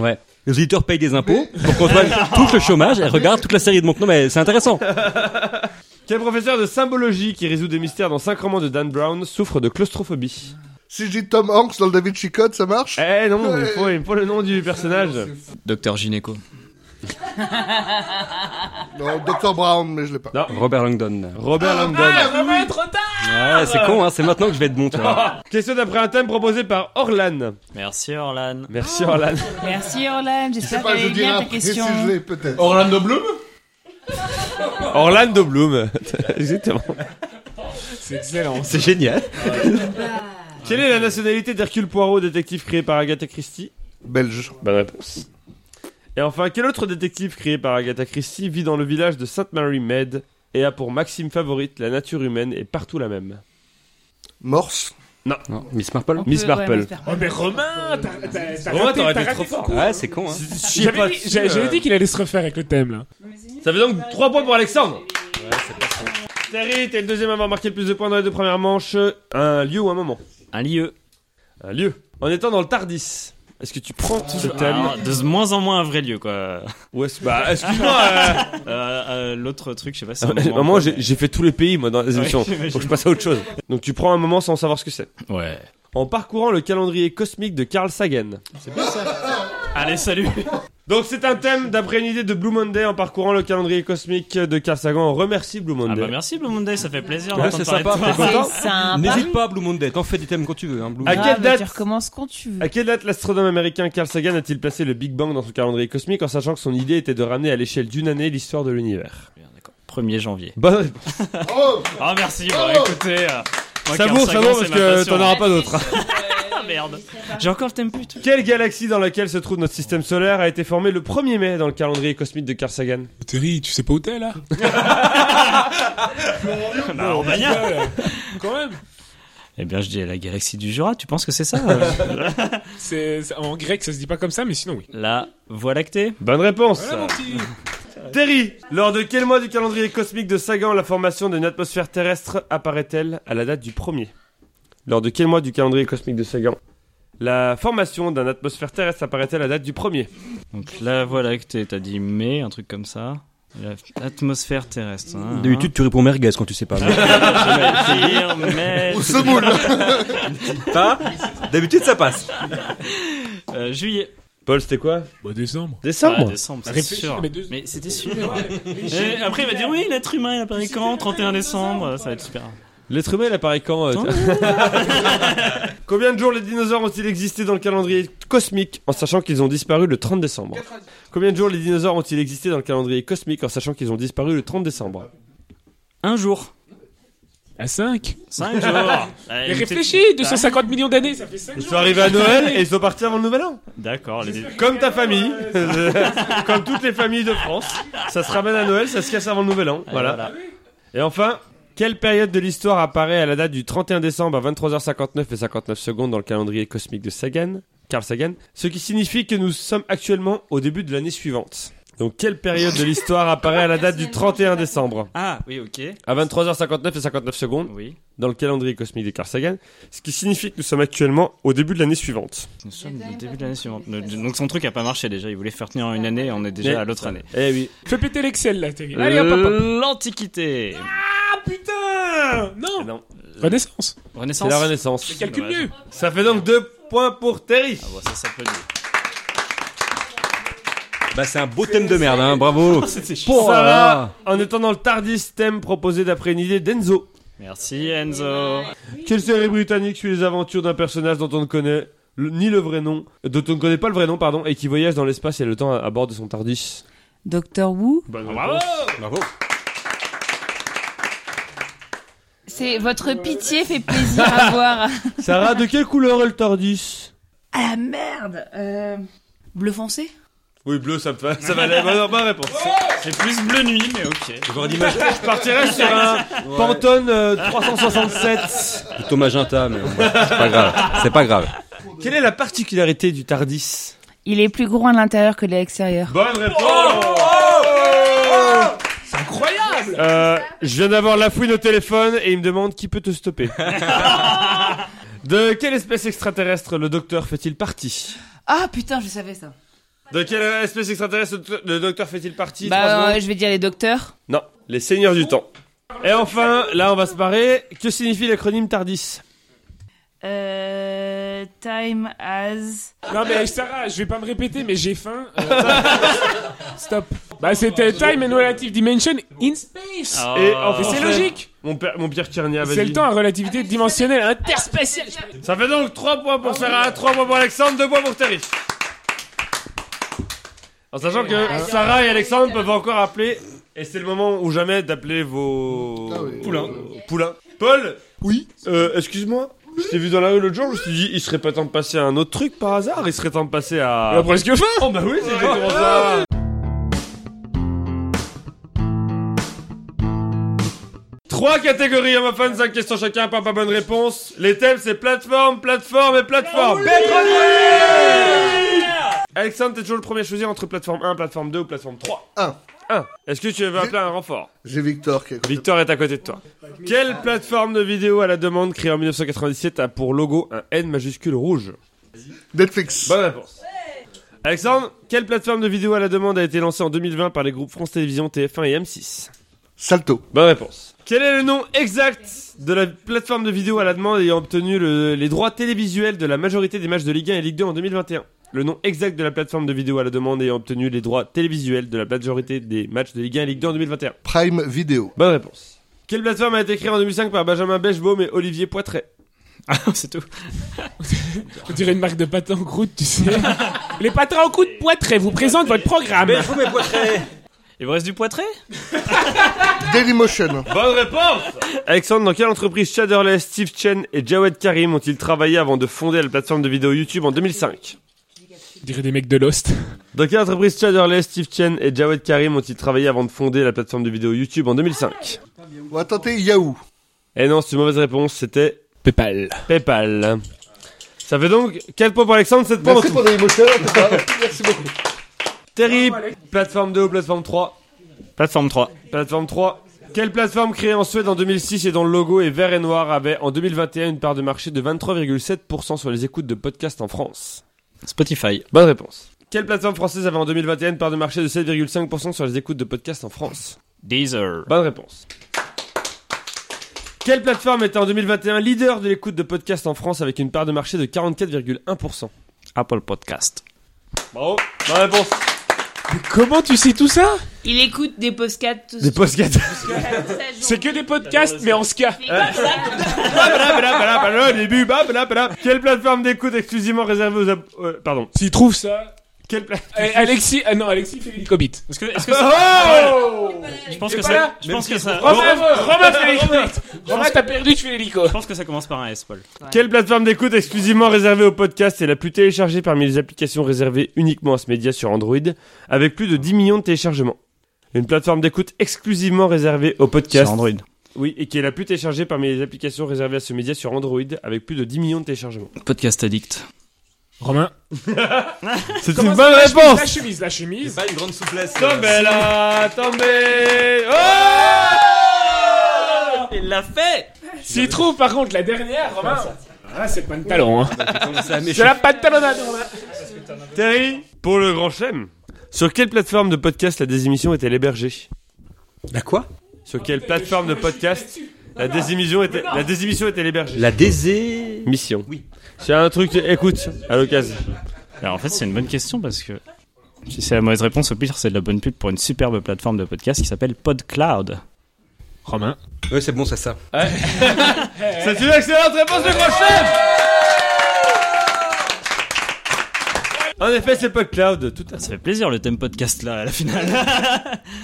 Les auditeurs payent des impôts. Donc Antoine touche le chômage et regarde toute la série de Monk. Non, mais c'est intéressant.
Quel professeur de symbologie qui résout des mystères dans 5 romans de Dan Brown souffre de claustrophobie
Si je dis Tom Hanks dans le David Chicot, ça marche
Eh non, il faut, il faut le nom du personnage.
Docteur Gynéco.
Non, Dr. Brown, mais je l'ai pas.
Non,
Robert Langdon.
Robert
Ah,
Langdon.
Ouais, c'est con, hein, c'est maintenant que je vais être bon, tu vois.
Question d'après un thème proposé par Orlan.
Merci Orlan.
Merci Orlan.
Merci Orlan, j'espère que
Enfin, je
t'avais
dirais
bien ta
après si
question.
je l'ai, peut-être.
Oh.
Orlando Bloom
Orlando Bloom. Exactement.
C'est excellent.
C'est génial.
Quelle est la nationalité d'Hercule Poirot, détective créé par Agatha Christie
Belge.
Bonne réponse. Et enfin, quel autre détective créé par Agatha Christie vit dans le village de Sainte Mary Mead et a pour maxime favorite la nature humaine est partout la même
Morse.
Non, Miss Marple.
Miss
Ouais, ouais,
Marple.
Miss
Oh, mais Romain, t'as- t'as t'as
Romain,
raté-
t'aurais
t'as
pu
raté
trop
ton
fort.
coup.
Ouais, c'est con, hein.
J'avais dit- j'a- J'avais dit qu'il allait se refaire avec le thème, là.
Ça fait donc 3 points pour Alexandre. Terry, t'es le deuxième à avoir marqué le plus de points dans les deux premières manches. Un lieu ou un moment
Un lieu.
Un lieu. En étant dans le Tardis, est-ce que tu
Ah.
prends ce thème
Alors, de moins en moins un vrai lieu, quoi.
Ou est-ce bah, excuse-moi
Euh, euh, L'autre truc, je sais pas si c'est
euh...
un moment,
Maman,
quoi,
j'ai
mais-
j'ai fait tous les pays, moi, dans les émissions.
j'imagine.
Faut que je passe à autre chose. Donc tu prends un moment sans savoir ce que c'est.
Ouais.
En parcourant le calendrier cosmique de Carl Sagan,
Allez, salut
Donc c'est un thème d'après une idée de Blue Monday en parcourant le calendrier cosmique de Cassagan. On remercie Blue
Ah
Monday.
bah merci Blue Monday, ça fait plaisir
Ouais,
d'entendre
c'est
parler de
sympa.
toi.
T'es content
C'est sympa.
N'hésite pas, Blue Monday. T'en fais des thèmes quand tu veux. Hein, Blue
À
Monday.
quelle
Ah, bah,
date
Tu recommences quand tu veux.
À quelle date l'astronome américain Carl Sagan a-t-il placé le Big Bang dans son calendrier cosmique en sachant que son idée était de ramener à l'échelle d'une année l'histoire de l'univers
Bien, d'accord. 1er janvier.
Bonne réponse.
Oh
Ah merci, bah écoutez. euh, moi,
Ça vaut,
45
ça
ans,
vaut,
c'est
parce
ma
que
passion. hein.
t'en auras pas d'autres.
Ah merde. J'ai encore le thème pute.
Quelle galaxie dans laquelle se trouve notre système solaire a été formée le 1er mai dans le calendrier cosmique de Carl Sagan
Terry, tu sais pas où t'es là
Bah on va dire.
Quand même.
Eh bien je dis la galaxie du Jura, tu penses que c'est ça euh
C'est c'est- en grec, ça se dit pas comme ça, mais sinon oui.
La Voie lactée
Bonne réponse.
Voilà, mon petit.
Terry, lors de quel mois du calendrier cosmique de Sagan la formation d'une atmosphère terrestre apparaît-elle à la date du 1er Lors de quel mois du calendrier cosmique de Sagan la formation d'une atmosphère terrestre apparaît-elle à la date du 1er
Donc la Voie lactée, t'as dit mai, un truc comme ça. L'atmosphère terrestre. hein.
D'habitude, tu réponds merguez quand tu sais pas. mais-
J'allais dire, mais-
Ou semoule
Pas D'habitude, ça passe.
Euh, juillet.
Paul, c'était quoi
Bah décembre.
Ah,
Décembre
décembre, c'est
Réfléchis,
sûr.
mais deux-
Mais c'était sûr. Et après, il va dire oui, l'être humain, il apparaît quand 31 décembre, ça va être super.
L'être humain, il apparaît quand euh,
Attends.
Combien de jours les dinosaures ont-ils existé dans le calendrier cosmique en sachant qu'ils ont disparu le 30 décembre Combien de jours les dinosaures ont-ils existé dans le calendrier cosmique en sachant qu'ils ont disparu le 30 décembre
Un jour.
À 5.
5 jours.
Mais réfléchis, 250 millions d'années, ça fait 5
Ils sont arrivés à Noël et ils sont partis avant le nouvel an.
D'accord, les
Comme ta famille, comme toutes les familles de France, ça se ramène à Noël, ça se casse avant le nouvel an. Voilà. Et enfin, quelle période de l'histoire apparaît à la date du 31 décembre à 23h59 et 59 secondes dans le calendrier cosmique de Sagan, Carl Sagan, ce qui signifie que nous sommes actuellement au début de l'année suivante. Donc quelle période de l'histoire apparaît à la date du 31 décembre
Ah, oui, ok.
à 23h59 et 59 secondes
Oui.
dans le calendrier cosmique de Carl Sagan, ce qui signifie que nous sommes actuellement au début de l'année suivante.
Nous sommes au début de l'année suivante. Le- Donc son truc a pas marché déjà. Il voulait faire tenir une année et on est déjà
Mais-
à l'autre année.
Eh oui.
Fais péter l'Excel là, Terry. Allez hop hop hop.
L'Antiquité.
Ah, Putain Non
Non,
Euh, Renaissance.
c'est
Renaissance.
la Renaissance.
Calcule
dommage.
mieux.
Ça fait donc deux points pour Terry.
Ah, bon, ça s'applaudit.
Bah, c'est un beau thème de merde, hein. Bravo. Pour
Sarah, en étant dans le tardis thème proposé d'après une idée d'Enzo.
Merci Enzo.
Quelle série britannique suit les aventures d'un personnage dont on ne connaît le- ni le vrai nom, dont on ne connaît pas le vrai nom, pardon, et qui voyage dans l'espace et le temps à, à bord de son tardis
Docteur Wu
Bah,
Bravo
Bravo.
C'est votre pitié fait plaisir à voir.
Sarah, de quelle couleur est le tardis
Ah merde euh, Bleu foncé
Oui, bleu, ça me fait. Ça va bonne, réponse.
C'est plus bleu nuit, mais ok.
J'aurais dit Mag-
Je partirais sur un Pantone euh, 367.
plutôt Magenta, mais bon, c'est pas grave. C'est pas grave.
Quelle est la particularité du tardis
Il est plus grand à l'intérieur que à l'extérieur.
Bonne réponse oh, C'est incroyable Euh, Je viens d'avoir la fouine au téléphone et il me demande qui peut te stopper. De quelle espèce extraterrestre le docteur fait-il partie
Ah putain, je savais ça.
De quelle espèce extraterrestre le docteur fait-il partie Trois
Bah,
secondes.
euh, je vais dire les docteurs.
Non, les seigneurs du temps. Et enfin, là on va se barrer, que signifie l'acronyme TARDIS
Euh, time as.
Non mais Sarah, je vais pas me répéter, mais j'ai faim. Euh, Stop. Bah c'était Time and Relative Dimension in Space.
Et
oh,
en
Mais c'est
français,
logique.
Mon, père, mon Pierre Tchernia,
C'est
vas-y.
le temps à relativité dimensionnelle interspatiale.
Ça fait donc 3 points pour Sarah, 3 points pour Alexandre, 2 points pour Terry. En sachant que
Ah
Sarah et Alexandre peuvent encore appeler, et c'est le moment ou jamais d'appeler vos
Ah oui.
poulains. Euh, Poulains. Paul
Oui
euh, Excuse-moi, je t'ai vu dans la rue l'autre jour, je me suis dit, il serait pas temps de passer à un autre truc par hasard, il serait temps de passer
On a
à...
presque faim.
Oh bah oui, c'est exactement ça Trois catégories homophones, cinq questions chacun, pas, pas bonne réponse. Les thèmes c'est plateforme, plateforme et plateforme. Pétrolier Alexandre, t'es toujours le premier à choisir entre plateforme 1, plateforme 2 ou plateforme 3.
Un.
1. Est-ce que tu veux appeler un renfort
J'ai Victor qui est à côté.
Victor est à côté de toi. Quelle plateforme de vidéo à la demande créée en 1997 a pour logo un N majuscule rouge
Netflix.
Bonne réponse. Alexandre, quelle plateforme de vidéo à la demande a été lancée en 2020 par les groupes France Télévisions, TF1 et M6
Salto.
Bonne réponse. Quel est le nom exact de la plateforme de vidéo à la demande ayant obtenu le- les droits télévisuels de la majorité des matchs de Ligue 1 et Ligue 2 en 2021 le nom exact de la plateforme de vidéo à la demande ayant obtenu les droits télévisuels de la majorité des matchs de Ligue 1 et Ligue 2 en 2021
Prime Video.
Bonne réponse. Quelle plateforme a été créée en 2005 par Benjamin Bechebaum et Olivier Poitret
Ah, c'est tout.
On dirait une marque de pâté en croûte, tu sais. Les pâtés en croûte Poitré vous présentent votre programme.
Mais je vous mets poitré
Il vous reste du poitré
Dailymotion.
Bonne réponse Alexandre, dans quelle entreprise Chaderley, Steve Chen et Jawed Karim ont-ils travaillé avant de fonder la plateforme de vidéo YouTube en 2005
On dirait des mecs de Lost.
Dans quelle entreprise Chaderley, Steve Chen et Jawed Karim ont-ils travaillé avant de fonder la plateforme de vidéo YouTube en 2005
On va tenter Yahoo.
Eh non, c'est une mauvaise réponse, c'était
Paypal.
PayPal. Ça fait donc 4 points pour Alexandre, 7 points en
Merci
tout.
pour Dailymotion. en tout cas. Merci beaucoup.
Terrible Plateforme 2 ou plateforme 3
Plateforme 3.
Plateforme 3. Quelle plateforme créée en Suède en 2006 et dont le logo est vert et noir avait en 2021 une part de marché de 23,7% sur les écoutes de podcasts en France
Spotify.
Bonne réponse. Quelle plateforme française avait en 2021 une part de marché de 7,5% sur les écoutes de podcasts en France
Deezer.
Bonne réponse. Quelle plateforme était en 2021 leader de l'écoute de podcasts en France avec une part de marché de 44,1%
Apple Podcast.
Bravo, bonne réponse.
Mais comment tu sais tout ça
Il écoute des postcards tous
Des podcasts.
C'est que des podcasts, mais en ska.
Euh, Ah, Blablabla, au début, blablabla. Quelle plateforme d'écoute exclusivement réservée aux... ab- euh, pardon.
S'il trouve ça.
Quelle plateforme...
Eh, Alexis, ah non, Alexis fait l'hélicobit.
Est-ce que, est-ce que ça-
Oh
je pense
Il est
que
pas
ça,
là.
je pense que ça,
Romain, Romain fait l'hélicobit. Romain, t'as perdu, tu fais l'hélico.
je pense que ça commence par un S, Paul.
Quelle plateforme d'écoute exclusivement réservée aux podcasts est la plus téléchargée parmi les applications réservées uniquement à ce média sur Android, avec plus de 10 millions de téléchargements Une plateforme d'écoute exclusivement réservée aux podcasts.
Sur Android.
Oui, et qui est la plus téléchargée parmi les applications réservées à ce média sur Android, avec plus de 10 millions de téléchargements.
Podcast Addict.
Romain.
C'est
Comment
une
ça,
bonne
la chemise,
réponse
La chemise, la chemise.
Pas une grande souplesse. euh,
Tombez là Tombez Oh
Ah,
Il l'a fait
S'il trouve, par contre, la dernière, Romain. Ah, c'est pas de talent, hein.
Ça
C'est la pantalonnade, Romain.
Terry, pour le grand chelem, sur quelle plateforme de podcast la désémission est-elle hébergée
La quoi
Sur quelle plateforme de podcast la désémission est-elle, la désémission est-elle hébergée
La désé...
Mission.
Oui.
C'est un truc, écoute, à l'occasion.
Alors en fait, c'est une bonne question parce que si c'est la mauvaise réponse, au pire, c'est de la bonne pub pour une superbe plateforme de podcast qui s'appelle PodCloud.
Romain.
Ouais, c'est bon, c'est ça.
C'est une excellente réponse du grand chef En effet, c'est pas Cloud, tout à
Ça fait plaisir le thème podcast là à la finale.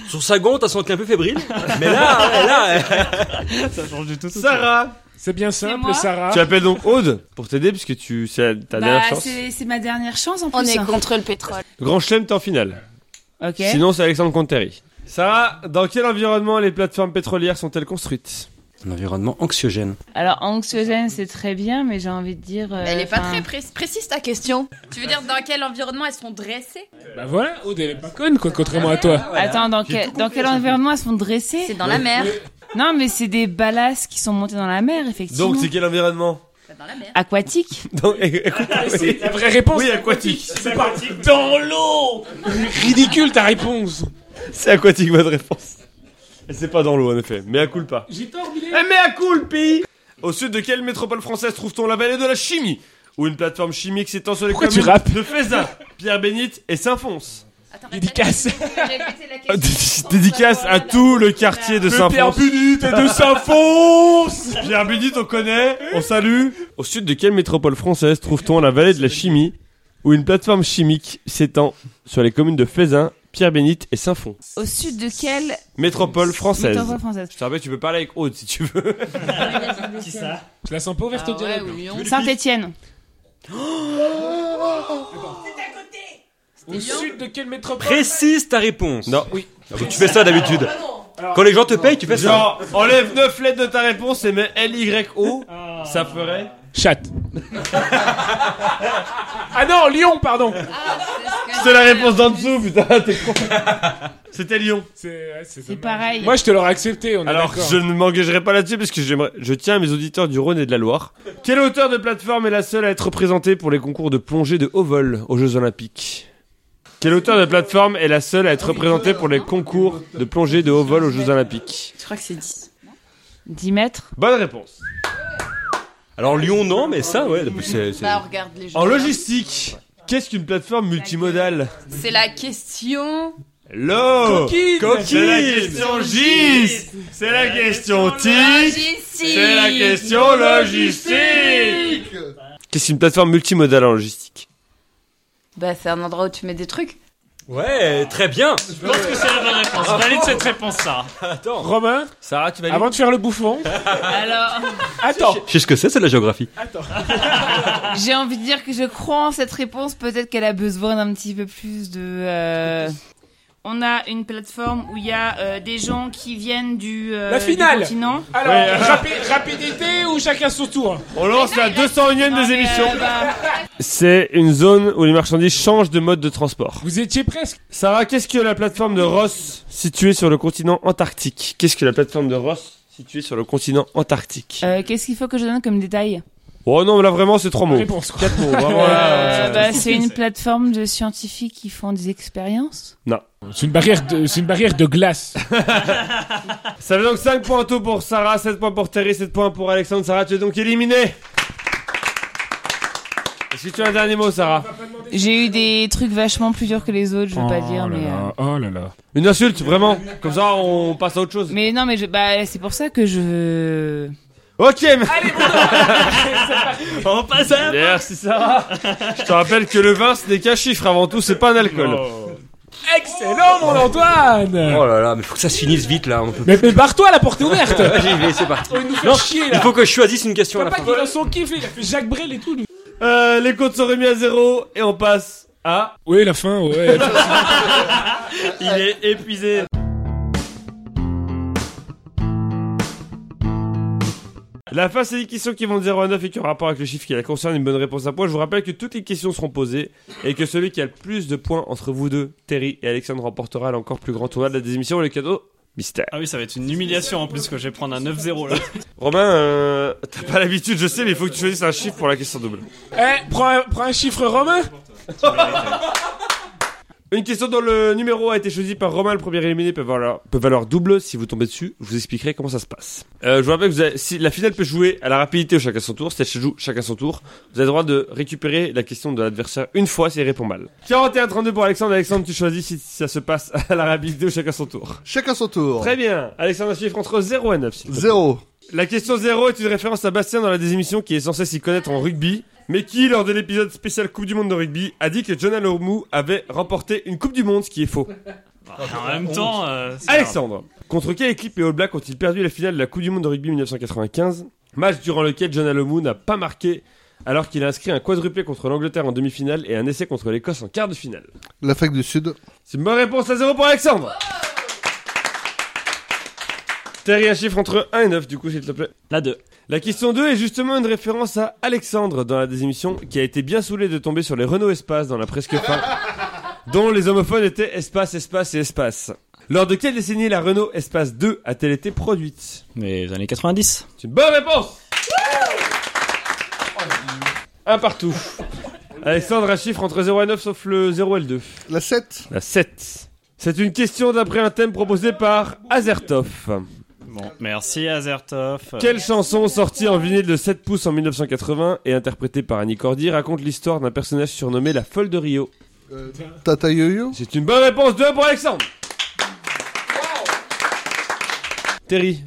Sur Sagan, t'as senti un peu fébrile. Mais là, ouais, là... euh,
ça change du tout.
Sarah,
C'est bien
moi
simple, Sarah.
Ah. tu appelles donc Aude pour t'aider puisque tu c'est ta dernière
Bah,
chance.
c'est c'est ma dernière chance en plus.
On est
hein.
contre le pétrole.
Le Grand Chelem, t'es en finale.
Ok.
Sinon, c'est Alexandre Conteri. Sarah, dans quel environnement les plateformes pétrolières sont-elles construites
Un environnement anxiogène.
Alors, anxiogène, c'est très bien, mais j'ai envie de dire. euh,
Elle est pas
enfin,
très pré- précise ta question. Tu veux dire dans quel environnement elles sont dressées
Bah voilà, Aude, elle est pas conne, quoi, contrairement à toi.
Attends, dans, quel- dans quel environnement elles sont dressées
C'est dans la mer.
Non, mais c'est des balasses qui sont montées dans la mer, effectivement.
Donc, c'est quel environnement
C'est Dans la mer.
Aquatique
Donc, écoute,
C'est la vraie réponse.
Oui, aquatique.
C'est pas dans l'eau. Ridicule ta réponse.
c'est aquatique, votre réponse. Et c'est pas dans l'eau, en effet. Mais à coule pas.
J'ai tort, Billy.
Mais à coule, pays Au sud de quelle métropole française trouve-t-on la vallée de la chimie Où une plateforme chimique s'étend sur les
Pourquoi tu
communes
rappes
de Feza, Pierre Bénite et Saint-Fons.
Attends,
Dédicace.
Dédicace à tout le quartier de Saint-Fons.
Punite et de Saint-Fons.
Pierre Bénite, on connaît, on salue. Au sud de quelle métropole française trouve-t-on la vallée de la chimie, où une plateforme chimique s'étend sur les communes de Fézin, Pierre Bénite et Saint-Fond
Au sud de quelle
Métropole française.
métropole française
Je te rappelle, tu peux parler avec Aude si tu veux.
Je la sens pas ouverte au dialogue.
Saint-Étienne.
Au sud de quelle métropole
Précise ta réponse.
Non, oui.
Ah, faut que tu fais ça d'habitude. Quand les gens te payent, tu fais ça.
Genre, enlève 9 lettres de ta réponse et mets L-Y-O, ça ferait...
Chatte. ah non, Lyon, pardon.
C'est la réponse d'en dessous, putain, t'es con. C'était Lyon.
C'est ouais, c'est
C'est
dommage.
pareil.
Moi, je te l'aurais accepté. On est
Alors,
d'accord.
je ne m'engagerai pas là-dessus parce que j'aimerais- je tiens à mes auditeurs du Rhône et de la Loire. Quelle auteur de plateforme est la seule à être représentée pour les concours de plongée de haut vol aux Jeux Olympiques Quel auteur de plateforme est la seule à être représentée pour les concours de plongée de haut vol aux Jeux Olympiques
Je crois que c'est 10.
10 mètres
Bonne réponse.
Alors Lyon, non, mais ça, ouais. c'est- c'est-
Bah, on regarde les gens.
En logistique, Qu'est-ce qu'une plateforme multimodale
C'est la question.
L'eau
Coquine
C'est la question gis C'est la question tic
Logistique.
C'est la question logistique Qu'est-ce qu'une plateforme multimodale en logistique
Bah, c'est un endroit où tu mets des trucs.
Ouais, très bien.
Je pense que c'est la bonne réponse. Valide cette réponse-là.
Romain,
Sarah, tu vas
avant de faire le bouffon,
Alors,
attends.
Je sais ce que c'est, c'est de la géographie.
j'ai envie de dire que je crois en cette réponse. Peut-être qu'elle a besoin d'un petit peu plus de. euh,
On a une plateforme où il y a euh, des gens qui viennent du, euh,
La
du
finale.
continent.
Alors, rapi- rapidité ou chacun son tour
On lance la 201ème des émissions
euh, bah,
C'est une zone où les marchandises changent de mode de transport.
Vous étiez presque.
Sarah, qu'est-ce que la plateforme de Ross située sur le continent antarctique Qu'est-ce que la plateforme de Ross située sur le continent antarctique
Euh, Qu'est-ce qu'il faut que je donne comme détail
Oh non, mais là vraiment c'est trois mots.
Réponse quoi.
Quatre mots, vraiment
Euh,
là.
bah, C'est une plateforme de scientifiques qui font des expériences.
C'est une barrière de, c'est une barrière de glace.
Ça fait donc 5 points en tout pour Sarah, 7 points pour Terry, 7 points pour Alexandre. Sarah, tu es donc éliminée. Est-ce que tu as un dernier mot, Sarah
J'ai eu des trucs vachement plus durs que les autres, je veux pas dire, mais... euh,
Oh là là.
Une insulte, vraiment. Comme ça, on passe à autre chose.
Mais non, mais je- bah, c'est pour ça que je...
Ok, mais- Merci, Sarah. Je te rappelle que le vin, ce n'est qu'un chiffre avant tout, c'est pas un alcool.
Excellent mon Antoine
Oh là là, mais faut que ça se finisse vite là. on peut-
Mais, mais barre-toi, la porte est ouverte
J'y vais, c'est parti.
Oh, Il nous fait chier
Il
là
faut que je choisisse une question à
Papa
la
pas
fin.
qu'il a son kiff, il a fait Jacques Brel et tout. lui.
Euh, les comptes sont remis à zéro et on passe à.
Oui, la fin, ouais.
Il est épuisé. La face c'est des questions qui vont de 0 à 9 et qui ont rapport avec le chiffre qui la concerne, une bonne réponse à points. Je vous rappelle que toutes les questions seront posées et que celui qui a le plus de points entre vous deux, Terry et Alexandre, remportera l'encore plus grand tournoi de la désémission et le cadeau mystère.
Ah oui, ça va être une humiliation en plus que je vais prendre un 9-0 là.
Romain, euh, t'as pas l'habitude, je sais, mais il faut que tu choisisses un chiffre pour la question double.
Eh, prends un, prends un chiffre romain
Une question dont le numéro a été choisi par Romain, le premier éliminé, peut valoir, peut valoir double. Si vous tombez dessus, je vous expliquerai comment ça se passe. Euh, je vous rappelle que vous avez- si la finale peut jouer à la rapidité au chacun son tour, si elle se joue chacun son tour, vous avez le droit de récupérer la question de l'adversaire une fois s'il répond mal. 41-32 pour Alexandre. Alexandre, tu choisis si ça se passe à la rapidité au chacun son tour.
Chacun son tour.
Très bien. Alexandre, un chiffre entre 0 et 9. s'il te plaît.
Zéro.
La question 0 est une référence à Bastien dans la désémission qui est censé s'y connaître en rugby, mais qui, lors de l'épisode spécial Coupe du Monde de rugby, a dit que John Alomou avait remporté une Coupe du Monde, ce qui est faux.
En même
Ah,
temps, euh, c'est
Alexandre Contre quelle équipe les All Blacks ont-ils perdu la finale de la Coupe du Monde de rugby 1995 Match durant lequel John Alomou n'a pas marqué, alors qu'il a inscrit un quadruplé contre l'Angleterre en demi-finale et un essai contre l'Écosse en quart de finale.
L'Afrique du Sud.
C'est une bonne réponse à 0 pour Alexandre Terry, un chiffre entre 1 et 9, du coup, s'il te plaît.
la 2.
La question 2 est justement une référence à Alexandre dans la désémission qui a été bien saoulé de tomber sur les Renault Espace dans la presque fin, dont les homophones étaient espace, espace et espace. Lors de quelle décennie la Renault Espace 2 a-t-elle été produite
Mais les années 90.
C'est une bonne réponse Un partout. Alexandre a chiffre entre 0 et 9 sauf le 0 et le 2.
La 7.
La 7. C'est une question d'après un thème proposé par Azertov.
Bon, merci Azertov.
Quelle chanson sortie en vinyle de 7 pouces en 1980 et interprétée par Annie Cordy raconte l'histoire d'un personnage surnommé la folle de Rio
Tata Yo-Yo.
C'est une bonne réponse de pour Alexandre. Terry,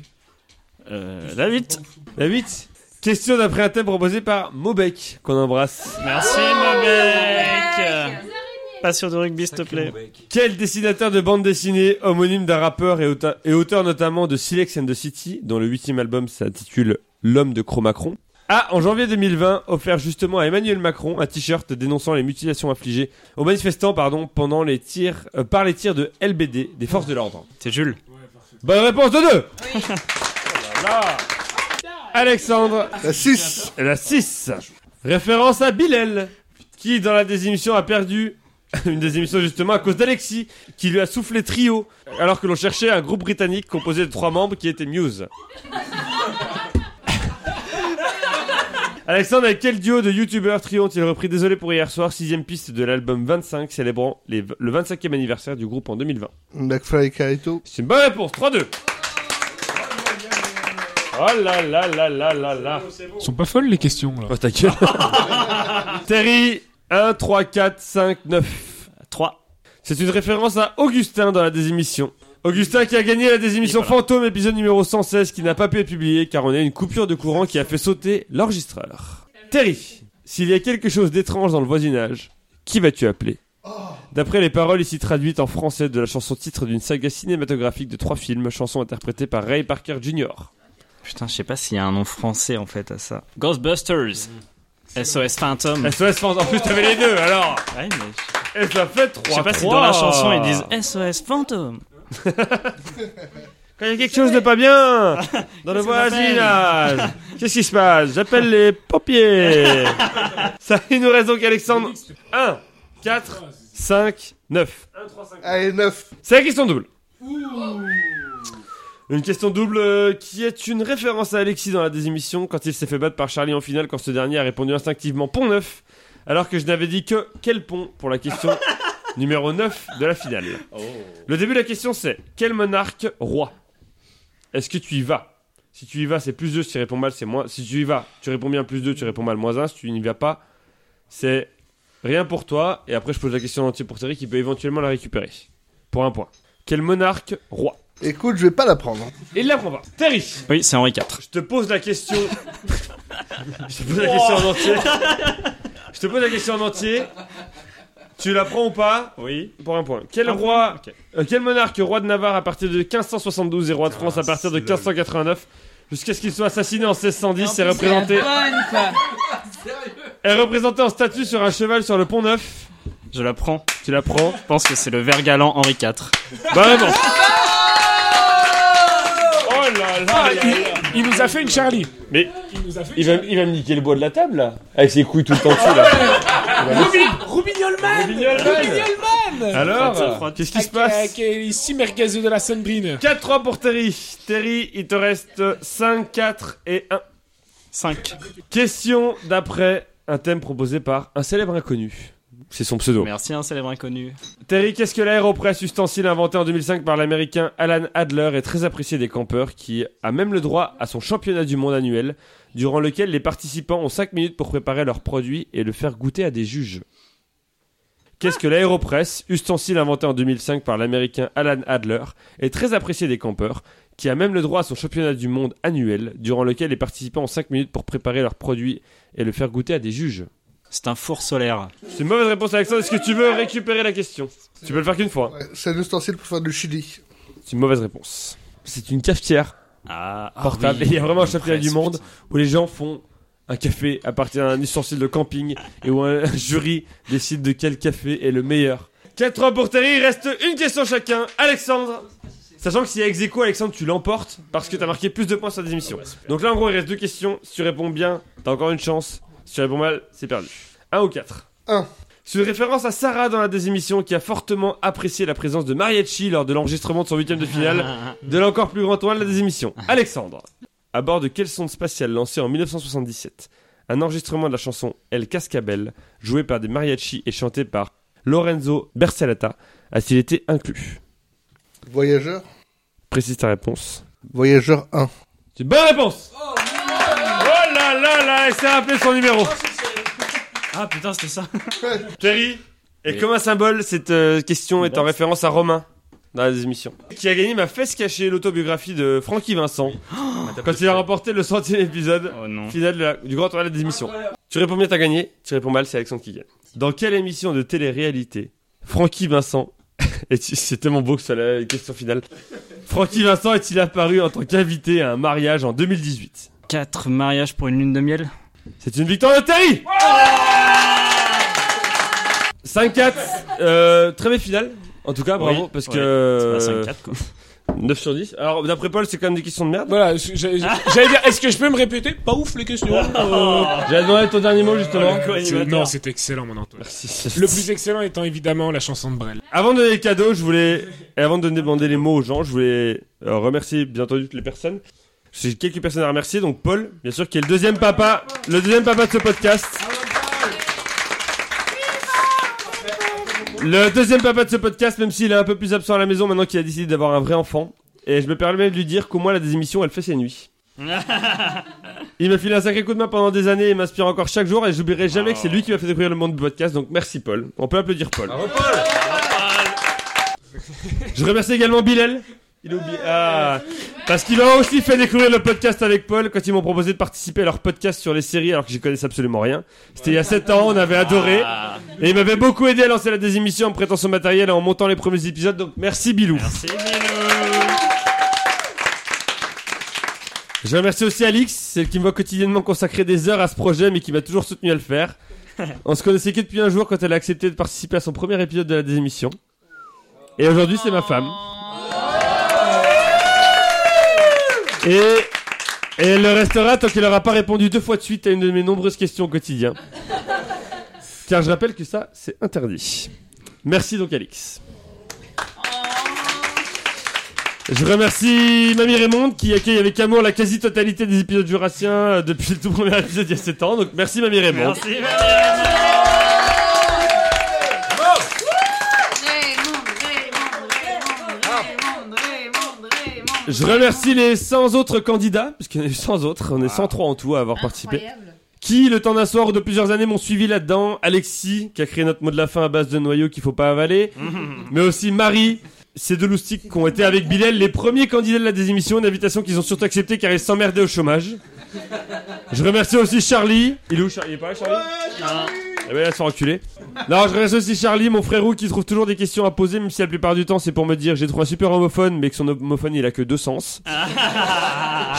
Euh, la 8.
la 8. Question d'après un thème proposé par Mobec qu'on embrasse.
Merci Mobek. Passion de rugby, s'il te plaît.
Quel dessinateur de bande dessinée, homonyme d'un rappeur et auteur, et auteur notamment de Silex and the City, dont le huitième album s'intitule L'homme de Cro-Macron, a, en janvier 2020, offert justement à Emmanuel Macron un t-shirt dénonçant les mutilations infligées aux manifestants pardon, pendant les tirs, euh, par les tirs de LBD des forces de l'ordre.
C'est Jules.
Bonne réponse de deux Oh Alexandre,
La 6.
la 6. Référence à Bilal, qui dans la désémission a perdu une désémission justement à cause d'Alexis, qui lui a soufflé trio, alors que l'on cherchait un groupe britannique composé de trois membres qui étaient Muse. Alexandre, avec quel duo de youtubeurs trio ont-ils repris Désolé pour hier soir, sixième piste de l'album 25, célébrant les- le 25e anniversaire du groupe en 2020
McFly et Carito.
C'est une bonne réponse, 3-2 Oh là là là là là là
Ils sont pas folles les questions là.
Oh, ta gueule. Terry, 1, 3, 4, 5, 9.
3.
C'est une référence à Augustin dans la désémission. Augustin qui a gagné la désémission fantôme, épisode numéro 116, qui n'a pas pu être publié car on a eu une coupure de courant qui a fait sauter l'enregistreur. Terry, s'il y a quelque chose d'étrange dans le voisinage, qui vas-tu appeler D'après les paroles ici traduites en français de la chanson-titre d'une saga cinématographique de trois films, chanson interprétée par Ray Parker Jr.
Putain, je sais pas s'il y a un nom français en fait à ça. Ghostbusters.
Mm-hmm.
SOS Phantom.
SOS Fantôme, en plus t'avais les deux alors
Ouais, mais je-
Et ça fait 3
je sais pas si dans la chanson ils disent SOS Phantom.
Quand il y a quelque chose de pas bien dans le voisinage, qu'est-ce qui se passe J'appelle les pompiers. Ça, il nous reste donc Alexandre. 1, 4, 5, 9.
Allez, 9.
C'est la question double. Une question double euh, qui est une référence à Alexis dans la désémission quand il s'est fait battre par Charlie en finale quand ce dernier a répondu instinctivement pont 9 alors que je n'avais dit que quel pont pour la question numéro 9 de la finale. Le début de la question c'est quel monarque roi Est-ce que tu y vas Si tu y vas c'est plus 2, si tu réponds mal c'est moins. Si tu y vas, tu réponds bien plus 2, tu réponds mal moins 1, si tu n'y vas pas c'est rien pour toi et après je pose la question en entier pour Thierry qui peut éventuellement la récupérer. Pour un point. Quel monarque roi
Écoute, je vais pas la prendre. hein.
et là, on va. Terry,
Oui, c'est Henri IV.
je te pose la question. je te pose la question en entier. Je te pose la question en entier. Tu la prends ou pas
Oui.
Pour un point. Quel roi, euh, quel monarque roi de Navarre à partir de 1572 et roi de France à partir de 1589 jusqu'à ce qu'il soit assassiné en 1610 est représenté,
Bonne, quoi.
est représenté en statue sur un cheval sur le pont neuf
Je la prends.
Tu la prends.
Je pense que c'est le vert galant Henri IV.
Bah réponse. Oh là là
Ah, Il nous a fait une Charlie.
Mais
Il nous a fait une
il va, il va me niquer le bois de la table là Avec ses couilles tout le temps dessus là
Roubignolman
Alors, Ah, qu'est-ce qui se passe
Ici, merguez de la Sandrine.
4-3 pour Terry. Terry, il te reste 5, 4 et 1.
5.
Question d'après un thème proposé par un célèbre inconnu. C'est son pseudo.
Merci, un célèbre inconnu.
Terry, qu'est-ce que l'aéropress, ustensile inventé en 2005 par l'américain Alan Adler est très apprécié des campeurs qui a même le droit à son championnat du monde annuel, durant lequel les participants ont 5 minutes pour préparer leur produit et le faire goûter à des juges. Qu'est-ce que l'aéropress, ustensile inventé en 2005 par l'américain Alan Adler, est très apprécié des campeurs, qui a même le droit à son championnat du monde annuel, durant lequel les participants ont 5 minutes pour préparer leur produit et le faire goûter à des juges
C'est un four solaire.
C'est une mauvaise réponse, Alexandre. Est-ce que tu veux récupérer la question Tu peux le faire qu'une fois.
Ouais, C'est un ustensile pour faire du chili.
C'est une mauvaise réponse. C'est une cafetière
Ah, ah
portable.
oui.
Et il y a vraiment un championnat
Presse,
du monde
putain.
où les gens font un café à partir d'un ustensile de camping et où un jury décide de quel café est le meilleur. 4 ans pour Terry, il reste une question chacun. Alexandre Sachant que s'il y a ex aequo, Alexandre, tu l'emportes parce que t'as marqué plus de points sur des émissions. Donc là, en gros, il reste deux questions. Si tu réponds bien, t'as encore une chance. Si tu réponds mal, c'est perdu. 1 ou 4
Un.
C'est une référence à Sarah dans la désémission qui a fortement apprécié la présence de Mariachi lors de l'enregistrement de son huitième de finale de l'encore plus grand tournoi de la désémission. Alexandre, à bord de quelle sonde spatiale lancée en 1977 Un enregistrement de la chanson El Cascabel, jouée par des mariachis et chantée par Lorenzo Bersalata, a-t-il été inclus
Voyageur
Précise ta réponse.
Voyageur 1.
C'est une bonne réponse Oh là là là, elle s'est rappelé son numéro
Ah putain, c'était ça.
Terry Et comme un symbole, cette euh, question est en référence à Romain dans la émissions. Qui a gagné ma fesse cachée, l'autobiographie de Francky Vincent, quand il a remporté le centième épisode
Oh non.
finale de la- du grand tournoi des émissions. Tu réponds bien, t'as gagné. Tu réponds mal, c'est Alexandre qui gagne. Dans quelle émission de télé-réalité Francky Vincent est- c'est tellement beau que ça la question finale. Francky Vincent est-il apparu en tant qu'invité à un mariage en 2018
4 mariages pour une lune de miel.
C'est une victoire de Terry 5-4, euh, très belle finale. En tout cas, Ah, bravo,
Oui,
parce
ouais. C'est
que...
pas 5-4 quoi.
9 sur 10. Alors, d'après Paul, c'est quand même des questions de merde.
Voilà, j'ai- j'ai- j'allais dire, est-ce que je peux me répéter Pas ouf les questions.
J'ai demandé ton dernier mot, justement.
Euh, non, c'est excellent, mon Antoine. Le plus excellent étant évidemment la chanson de Brel.
Avant de donner le cadeau, je voulais, et avant de demander les mots aux gens, je voulais euh, remercier bien entendu toutes les personnes. J'ai quelques personnes à remercier, donc Paul, bien sûr, qui est le deuxième papa, le deuxième papa de ce podcast. Le deuxième papa de ce podcast, même s'il est un peu plus absent à la maison maintenant qu'il a décidé d'avoir un vrai enfant. Et je me permets de lui dire qu'au moins la désémission, elle fait ses nuits. Il m'a filé un sacré coup de main pendant des années et m'inspire encore chaque jour et j'oublierai jamais que c'est lui qui m'a fait découvrir le monde du podcast, donc merci Paul. On peut applaudir Paul. Je remercie également Bilal. Il a oublié. Ah. Parce qu'il m'a aussi fait découvrir le podcast avec Paul quand ils m'ont proposé de participer à leur podcast sur les séries alors que j'y connaissais absolument rien. C'était il y a 7 ans, on avait adoré. Et il m'avait beaucoup aidé à lancer la désémission en prêtant son matériel et en montant les premiers épisodes, donc merci Bilou.
Merci
Je remercie aussi Alix, celle qui me voit quotidiennement consacrer des heures à ce projet mais qui m'a toujours soutenu à le faire. On se connaissait que depuis un jour quand elle a accepté de participer à son premier épisode de la désémission. Et aujourd'hui c'est ma femme. Et, et elle le restera tant qu'elle n'aura pas répondu deux fois de suite à une de mes nombreuses questions au quotidien. Car je rappelle que ça, c'est interdit. Merci donc Alix. Je remercie Mamie Raymond qui accueille avec amour la quasi-totalité des épisodes jurassiens euh, depuis le tout premier épisode il y a 7 ans. Donc merci Mamie Raymond. Je remercie les 100 autres candidats, puisqu'il y en a eu 100 autres, on est 103 en tout à avoir participé. Qui, le temps d'un soir ou de plusieurs années, m'ont suivi là-dedans. Alexis, qui a créé notre mot de la fin à base de noyaux qu'il faut pas avaler. Mais aussi Marie, ces deux loustiques qui ont été avec Bilal les premiers candidats de la désémission, une invitation qu'ils ont surtout acceptée car ils s'emmerdaient au chômage. Je remercie aussi Charlie. Il est où Charlie Il est pas là, Charlie Eh ben, il va se faire enculer. Non, je remercie aussi Charlie, mon frérot, qui trouve toujours des questions à poser, même si la plupart du temps c'est pour me dire j'ai trouvé un super homophone, mais que son homophone il a que deux sens.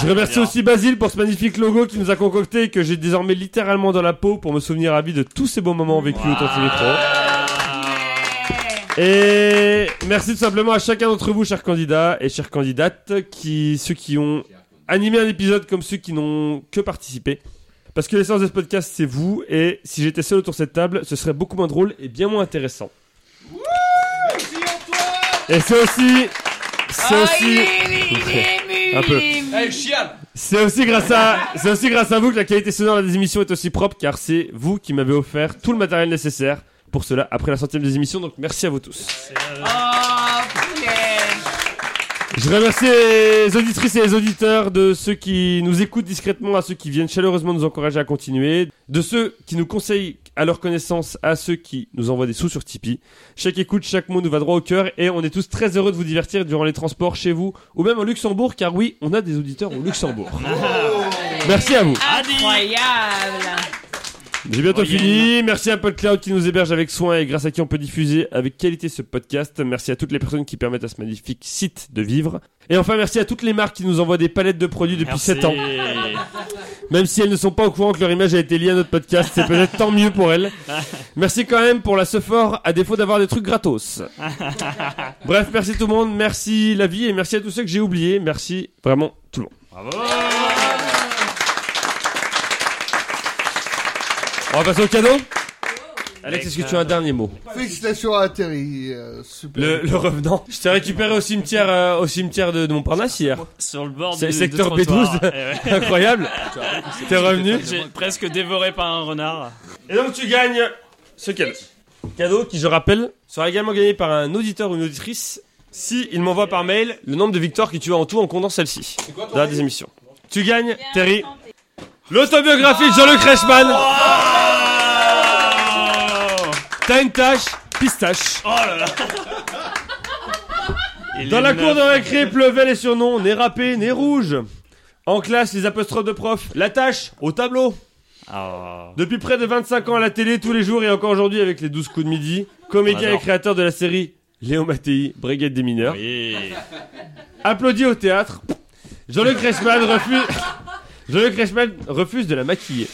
Je remercie aussi Basile pour ce magnifique logo qu'il nous a concocté et que j'ai désormais littéralement dans la peau pour me souvenir à vie de tous ces beaux moments vécus au temps et merci tout simplement à chacun d'entre vous, chers candidats et chères candidates, qui, ceux qui ont animé un épisode comme ceux qui n'ont que participé. Parce que l'essence de ce podcast, c'est vous, et si j'étais seul autour de cette table, ce serait beaucoup moins drôle et bien moins intéressant. Et c'est aussi... C'est aussi... Un peu.
Allez, chial
C'est aussi grâce à, c'est aussi grâce à vous que la qualité sonore des émissions est aussi propre, car c'est vous qui m'avez offert tout le matériel nécessaire pour cela après la centième des émissions. Donc merci à vous tous.
Oh,
Je remercie les auditrices et les auditeurs de ceux qui nous écoutent discrètement, à ceux qui viennent chaleureusement nous encourager à continuer, de ceux qui nous conseillent à leur connaissance, à ceux qui nous envoient des sous sur Tipeee. Chaque écoute, chaque mot nous va droit au cœur et on est tous très heureux de vous divertir durant les transports chez vous ou même au Luxembourg car oui, on a des auditeurs au Luxembourg. Merci à vous.
Incroyable.
J'ai bientôt fini. Merci à PodCloud qui nous héberge avec soin et grâce à qui on peut diffuser avec qualité ce podcast. Merci à toutes les personnes qui permettent à ce magnifique site de vivre. Et enfin, merci à toutes les marques qui nous envoient des palettes de produits depuis 7 ans. Même si elles ne sont pas au courant que leur image a été liée à notre podcast, c'est peut-être tant mieux pour elles. Merci quand même pour la Sephore, à défaut d'avoir des trucs gratos. Bref, merci tout le monde, merci la vie et merci à tous ceux que j'ai oubliés. Merci vraiment tout le monde. On va passer au cadeau Alex, est-ce que tu as un dernier mot
Félicitations à Terry. euh, super.
euh, Le, le revenant. Je t'ai récupéré au cimetière, euh, au cimetière de, de Montparnasse hier.
Sur le bord
C'est
du
secteur
du trottoir.
B12.
Eh ouais.
Incroyable. T'es revenu.
J'ai presque dévoré par un renard.
Et donc tu gagnes ce cadeau. Cadeau qui, je rappelle, sera également gagné par un auditeur ou une auditrice si il m'envoie par mail le nombre de victoires que tu as en tout en comptant celle-ci dans la désémission. Tu gagnes, Terry, l'autobiographie de Jean-Luc Reichmann. T'as une tâche, pistache.
Oh Il
Dans
est
la
neuf.
cour de récré pleuvaient les surnoms, nez râpé, nez rouge. En classe, les apostrophes de prof. La tâche, au tableau.
Ah.
Depuis près de 25 ans à la télé, tous les jours et encore aujourd'hui avec les 12 coups de midi, comédien et
J'adore.
créateur de la série Léo Mattei, Brigade des mineurs.
Oui.
Applaudi au théâtre, Jean-Luc Reichmann refuse... Jean-Luc Reichmann refuse de la maquiller.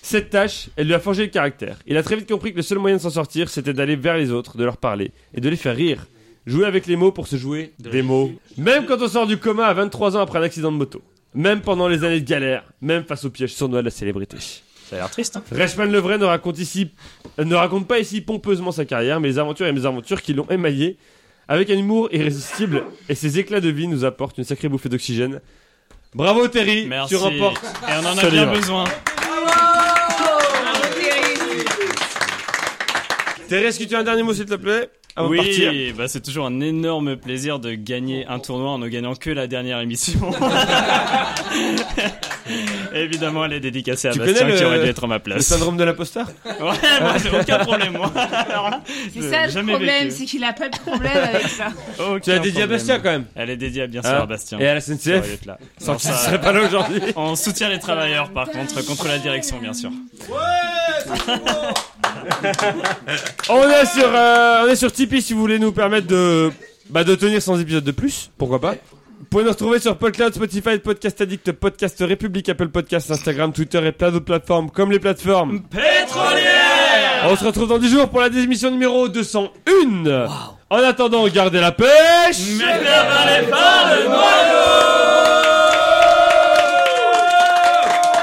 Cette tâche, elle lui a forgé le caractère. Il a très vite compris que le seul moyen de s'en sortir, c'était d'aller vers les autres, de leur parler et de les faire rire. Jouer avec les mots pour se jouer des mots. Même quand on sort du coma à 23 ans après un accident de moto. Même pendant les années de galère. Même face au piège sournois de la célébrité.
Ça a l'air triste. hein.
Reichmann Levray ne raconte ici, ne raconte pas ici pompeusement sa carrière, mais les aventures et mésaventures qui l'ont émaillé avec un humour irrésistible et ses éclats de vie nous apportent une sacrée bouffée d'oxygène. Bravo Terry,
Merci.
tu remportes.
Et on en
ce
a bien
livre.
besoin.
Terry, est-ce que tu as un dernier mot s'il te plaît
avant de partir.
Oui, bah c'est toujours un énorme plaisir de gagner un tournoi en ne gagnant que la dernière émission. Évidemment, elle est dédicacée à
Tu
Bastien
connais
qui
le-
aurait dû être à ma
Le
place.
syndrome de l'imposteur
Ouais, moi, j'ai aucun problème, moi. Alors là,
C'est
je-
ça le
jamais
problème,
vécu.
c'est qu'il a pas de problème avec ça.
Aucun
Tu l'as dédié à
problème.
Bastien quand même.
Elle est dédiée à bien sûr
Hein
à Bastien.
Et à la
Ça aurait dû
SNCF
être là.
Sans
Non,
qu'il ne
ça-
serait pas là aujourd'hui.
On soutient les travailleurs, par contre, contre la direction, bien sûr.
On est sur, euh, on est sur Tipeee si vous voulez nous permettre de, bah, de tenir 100 épisodes de plus. Pourquoi pas Vous pouvez nous retrouver sur PodCloud, Spotify, Podcast Addict, Podcast République, Apple Podcast, Instagram, Twitter et plein d'autres plateformes comme les plateformes pétrolières. On se retrouve dans 10 jours pour la démission numéro 201. En attendant, gardez la pêche.
les